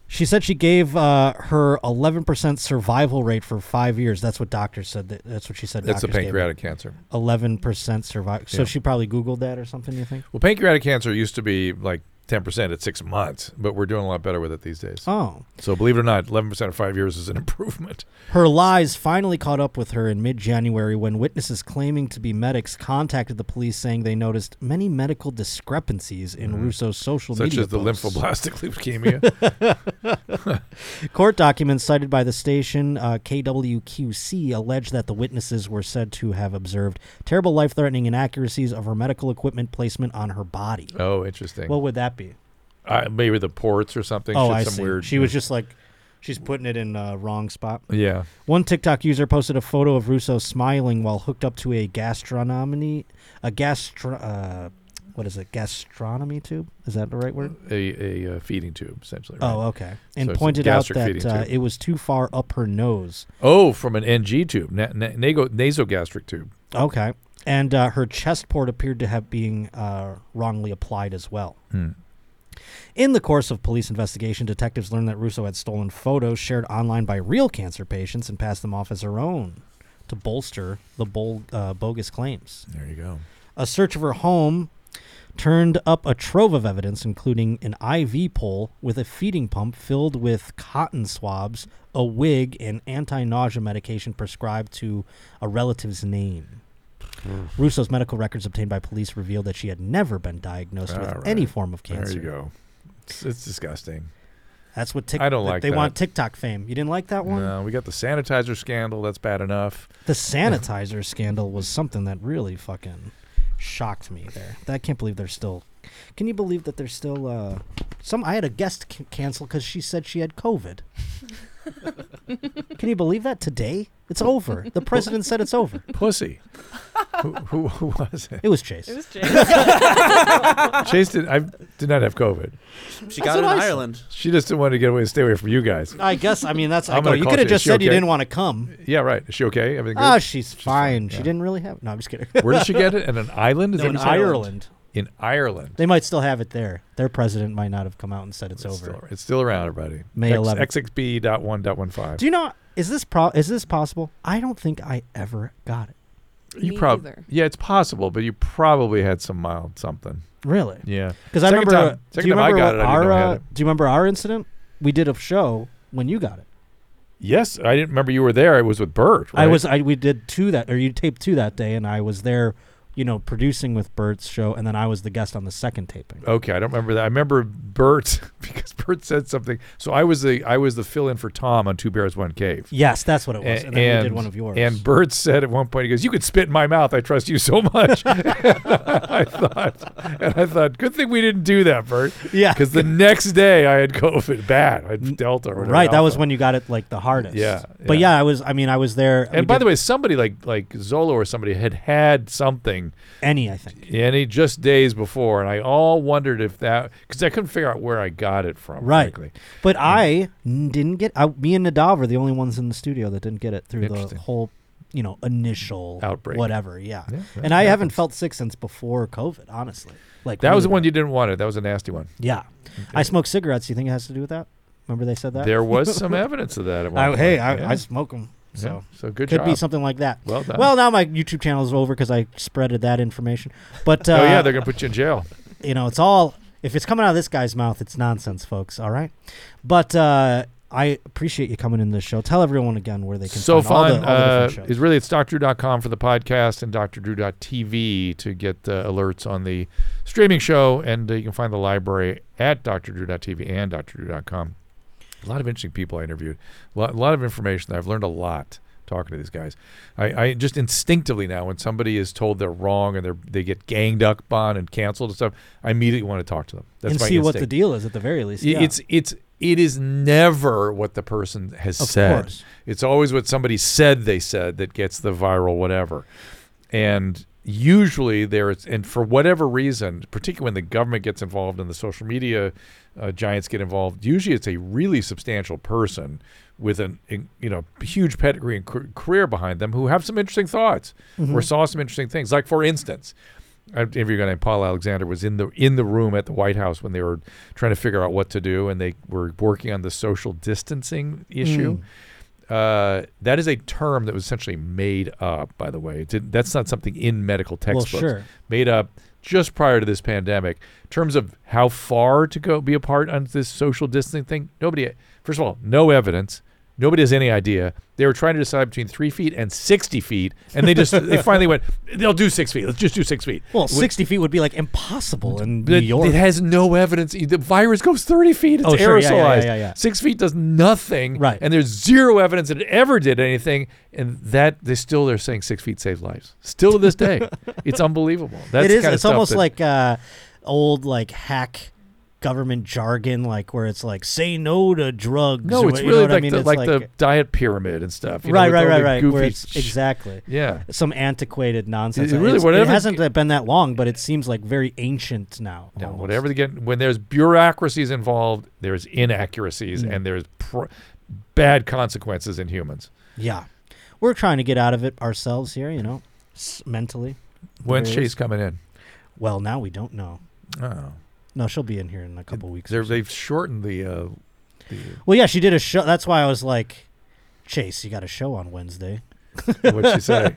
She said she gave uh, her 11% survival rate for five years. That's what doctors said. That, that's what she said.
That's the
doctors gave her.
pancreatic cancer.
11% survival. So
Yeah.
she probably Googled that or something, you think?
Well, pancreatic cancer used to be like 10% at six months, but we're doing a lot better with it these days.
Oh.
So believe it or not, 11% at five years is an improvement.
Her lies finally caught up with her in mid January when witnesses claiming to be medics contacted the police saying they noticed many medical discrepancies in
Mhm.
Russo's social
Such
media.
as the
posts.
lymphoblastic leukemia.
Court documents cited by the station uh, KWQC allege that the witnesses were said to have observed terrible life threatening inaccuracies of her medical equipment placement on her body.
oh, interesting.
What would that be?
uh, maybe the ports or something.
Oh,
Shit,
I
some
see.
Weird,
she was just like, she's putting it in uh, wrong spot.
yeah.
One TikTok user posted a photo of Russo smiling while hooked up to a gastronomy, a gastro, uh, what is it, gastronomy tube? Is that the right word?
A, a uh, feeding tube essentially. Right?
Oh, okay. And
So it's a
pointed out
gastric
that
feeding
uh,
tube.
it was too far up her nose.
Oh, from an NG tube, na- na- nago- nasogastric tube.
Okay. And uh, her chest port appeared to have been uh, wrongly applied as well.
Hmm.
In the course of police investigation, detectives learned that Russo had stolen photos shared online by real cancer patients and passed them off as her own to bolster the bol- uh, bogus claims.
There you go.
A search of her home turned up a trove of evidence, including an IV pole with a feeding pump filled with cotton swabs, a wig, and anti nausea medication prescribed to a relative's name. Russo's medical records obtained by police revealed that she had never been diagnosed with
All right.
any form of cancer.
There you go. It's, it's disgusting.
That's what Tik.
I don't
that
like
They
that.
want TikTok fame. You didn't like that one.
No, we got the sanitizer scandal. That's bad enough.
The sanitizer scandal was something that really fucking shocked me. There, I can't believe they're still. Can you believe that they're still? Uh, some I had a guest c- cancel because she said she had COVID. can you believe that today? It's over. The president said it's over.
Pussy. who, who, who was it?
It was Chase.
It was James.
Chase did. I did not have COVID.
She got it in
what I said.
Ireland.
She just didn't want to get away, stay away from you guys.
I guess. I mean, that's.
I'm
I go,
gonna
you
call
could have
Chase.
just
She
said you
okay?
didn't want to come.
Yeah, right. Is she okay? Everything
Oh,
good?
she's fine. She
yeah.
didn't really have. No, I'm just kidding.
Where did she get it? In an island? Is
No,
that
in
what you said?
Ireland.
In Ireland.
They might still have it there. Their president might not have come out and said it's, over.
Still, it's still around, everybody.
May 11th.
XXB.1.15.
Do you know? Is this pro? Is this possible? I don't think I ever got it.
Me
prob-
either.
Yeah, it's possible, but you probably had some mild something.
Really?
Yeah.
Because I
Second
remember.
time-
uh, do
second
you
time I
remember
got
what
it, I didn't
our?
know I had
uh,
it.
do you remember our incident? We did a show when you got it.
Yes, I didn't remember you were there. It was with Bert.
I
right?
was. I we did two that, or you taped two that day, and I was there. You know, producing with Bert's show, and then I was the guest on the second taping.
Okay, I don't remember that. I remember Bert because Bert said something. So I was the I was the fill in for Tom on Two Bears One Cave.
Yes, that's what it
A-
was. And, then we did one of yours.
And Bert said at one point, he goes, "You could spit in my mouth. I trust you so much." I thought, and I thought, good thing we didn't do that, Bert,
yeah, Mm,
because the next day I had COVID bad. I had Delta. Or whatever
right, that was
alpha.
when you got it like the hardest.
Yeah,
but
yeah.
yeah, I was. I mean, I was there.
And by the way, somebody like like Zolo or somebody had had something
any I think.
any just days before, and I all wondered if that because I couldn't figure out where I got it from.
Right.
frankly.
But I n- didn't get. I, me and Nadav were the only ones in the studio that didn't get it through the
Interesting.
whole, you know, initial
Outbreak.
whatever. Yeah,
Yeah, that
and I haven't
happens.
felt sick since before COVID. Honestly, like
That was the
really
one
bad.
you didn't want it. That was a nasty one.
Yeah, I smoke cigarettes. You think it has to do with that? Remember they said that.
There was some evidence of that. At one
I,
point.
hey, I,
Yeah.
I smoke them.
Yeah.
So
so good
could
job.
be something like that.
well done.
Well, now my YouTube channel is over because I spreaded that information. But uh,
oh yeah, they're gonna put you in jail.
you know, it's all if it's coming out of this guy's mouth, it's nonsense, folks. All right, but uh, I appreciate you coming in this show. Tell everyone again where they can
So
find all
fun
the, all the
uh,
different shows.
is really it's drdrew.com for the podcast and drdrew.tv to get uh, alerts on the streaming show, and uh, you can find the library at drdrew.tv and drdrew.com. A lot of interesting people I interviewed, a lot, a lot of information. I've learned a lot talking to these guys. I, I just instinctively now, when somebody is told they're wrong and they are they get ganged up on and canceled and stuff, I immediately want to talk to them. That's
and
my
see what the
instinct.
deal is at the very least.
I-
Yeah.
It's it's it is never what the person has
of
said.
course.
It's always what somebody said they said that gets the viral whatever. And usually there's and for whatever reason, particularly when the government gets involved and the social media uh, giants get involved, usually it's a really substantial person with an in- you know huge pedigree and car- career behind them who have some interesting thoughts or saw some interesting things. Like for instance, an interview guy named Paul Alexander was in the in the room at the White House when they were trying to figure out what to do, and they were working on the social distancing
Mm.
issue. Uh, that is a term that was essentially made up, by the way. It didn't, that's not something in medical
Well,
textbooks.
sure.
Made up just prior to this pandemic. In terms of how far to go be apart on this social distancing thing, nobody. First of all, no evidence. Nobody has any idea. They were trying to decide between three feet and sixty feet, and they just they finally went. They'll do six feet. Let's just do six feet.
Well,
Wh-
sixty feet would be like impossible in
that-
New York.
It has no evidence. e-, The virus goes 30 feet. It's
Oh, sure.
aerosolized.
Yeah, yeah, yeah, yeah, yeah.
Six feet does nothing.
Right.
And there's zero evidence that it ever did anything. And that they still they're saying six feet saves lives. Still to this day, it's unbelievable. That's
it is.
the kind of
It's
stuff
almost
that-
like uh, old like hack government jargon, like where it's like "say no to drugs."
No,
or
it's
what- you know
really
what
like,
I mean?
the,
it's
like, the diet pyramid and stuff. you know,
right,
with
right,
all
right,
the
right. Where
goofy
it's
sh-
exactly
Yeah.
some antiquated nonsense.
It- it really-
It's-
whatever-
hasn't been that long, but it seems like very ancient now.
Yeah,
almost.
whatever they get, when there's bureaucracies involved, there's inaccuracies
Mm.
and there's pr- bad consequences in humans.
Yeah, we're trying to get out of it ourselves here. You know, s- mentally.
When's
There is.
she's coming in?
Well, now we don't know.
Oh,
No, she'll be in here in a couple weeks.
They're- they've shortened the. Uh,
Well, yeah, she did a show. That's why I was like, Chase, you got a show on Wednesday.
the what she say?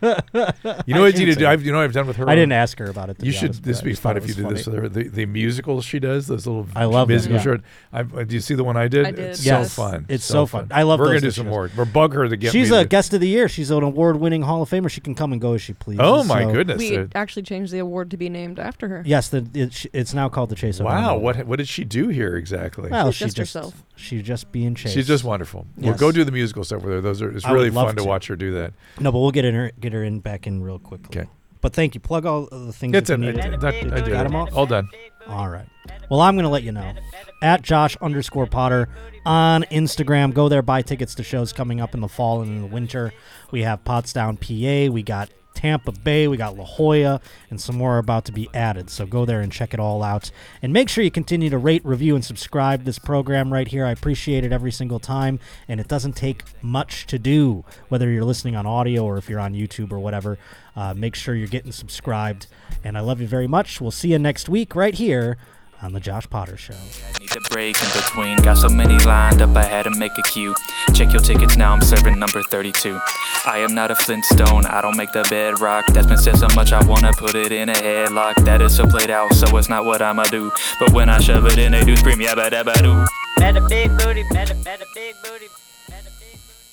You know
I
what you
didn't
need to
say.
do? I've, you know what I've done with her.
I didn't ask her about it. To
You
be
should.
honest, but
this
I
would be
just thought
fun
it
if you
was
did this
funny.
with her. The, the musicals she does, those little
I love them,
musical
yeah.
short. I, uh, do you see the one I did?
I did.
It's
Yes.
so fun.
It's so fun. I love
We're
those
gonna do
that she
some
does.
more. We're bug her to get.
She's
me
a
to-
guest of the year. She's an award-winning Hall of Famer. She can come and go as she pleases.
Oh my
so-
goodness!
we
uh,
actually changed the award to be named after her.
Yes, the, it, sh- it's now called the Chase. O'Donnell
Wow,
Award.
what what did she do here exactly?
Well,
She's
she
just
just
herself.
She's just being chased.
She's just wonderful. Well,
Yes.
go do the musical stuff with her. Those are it's
I would
really
love
fun to.
to.
watch her do that.
No, but we'll get in her get her in back in real quickly.
'Kay.
But thank you. Plug all of the things.
It's
that
in.
you
I,
needed.
that,
Did
I
you
did.
got 'em all?
All done.
All right. Well, I'm going to let you know. At Josh underscore Potter on Instagram. Go there, buy tickets to shows coming up in the fall and in the winter. We have Potsdam, PA. We got Tampa Bay. We got La Jolla. And some more are about to be added. So go there and check it all out. And make sure you continue to rate, review, and subscribe this program right here. I appreciate it every single time. And it doesn't take much to do, whether you're listening on audio or if you're on YouTube or whatever. Uh, make sure you're getting subscribed. And I love you very much. We'll see you next week right here on The Josh Potter Show.
I need a break in between. Got so many lined up, I had to make a queue. Check your tickets now, I'm serving number 32. I am not a Flintstone, I don't make the bedrock. That's been said so much, I wanna put it in a headlock. That is so played out, so it's not what I'ma do. But when I shove it in, they do scream yabba dabba doo.
Man a big booty, man a man a big booty.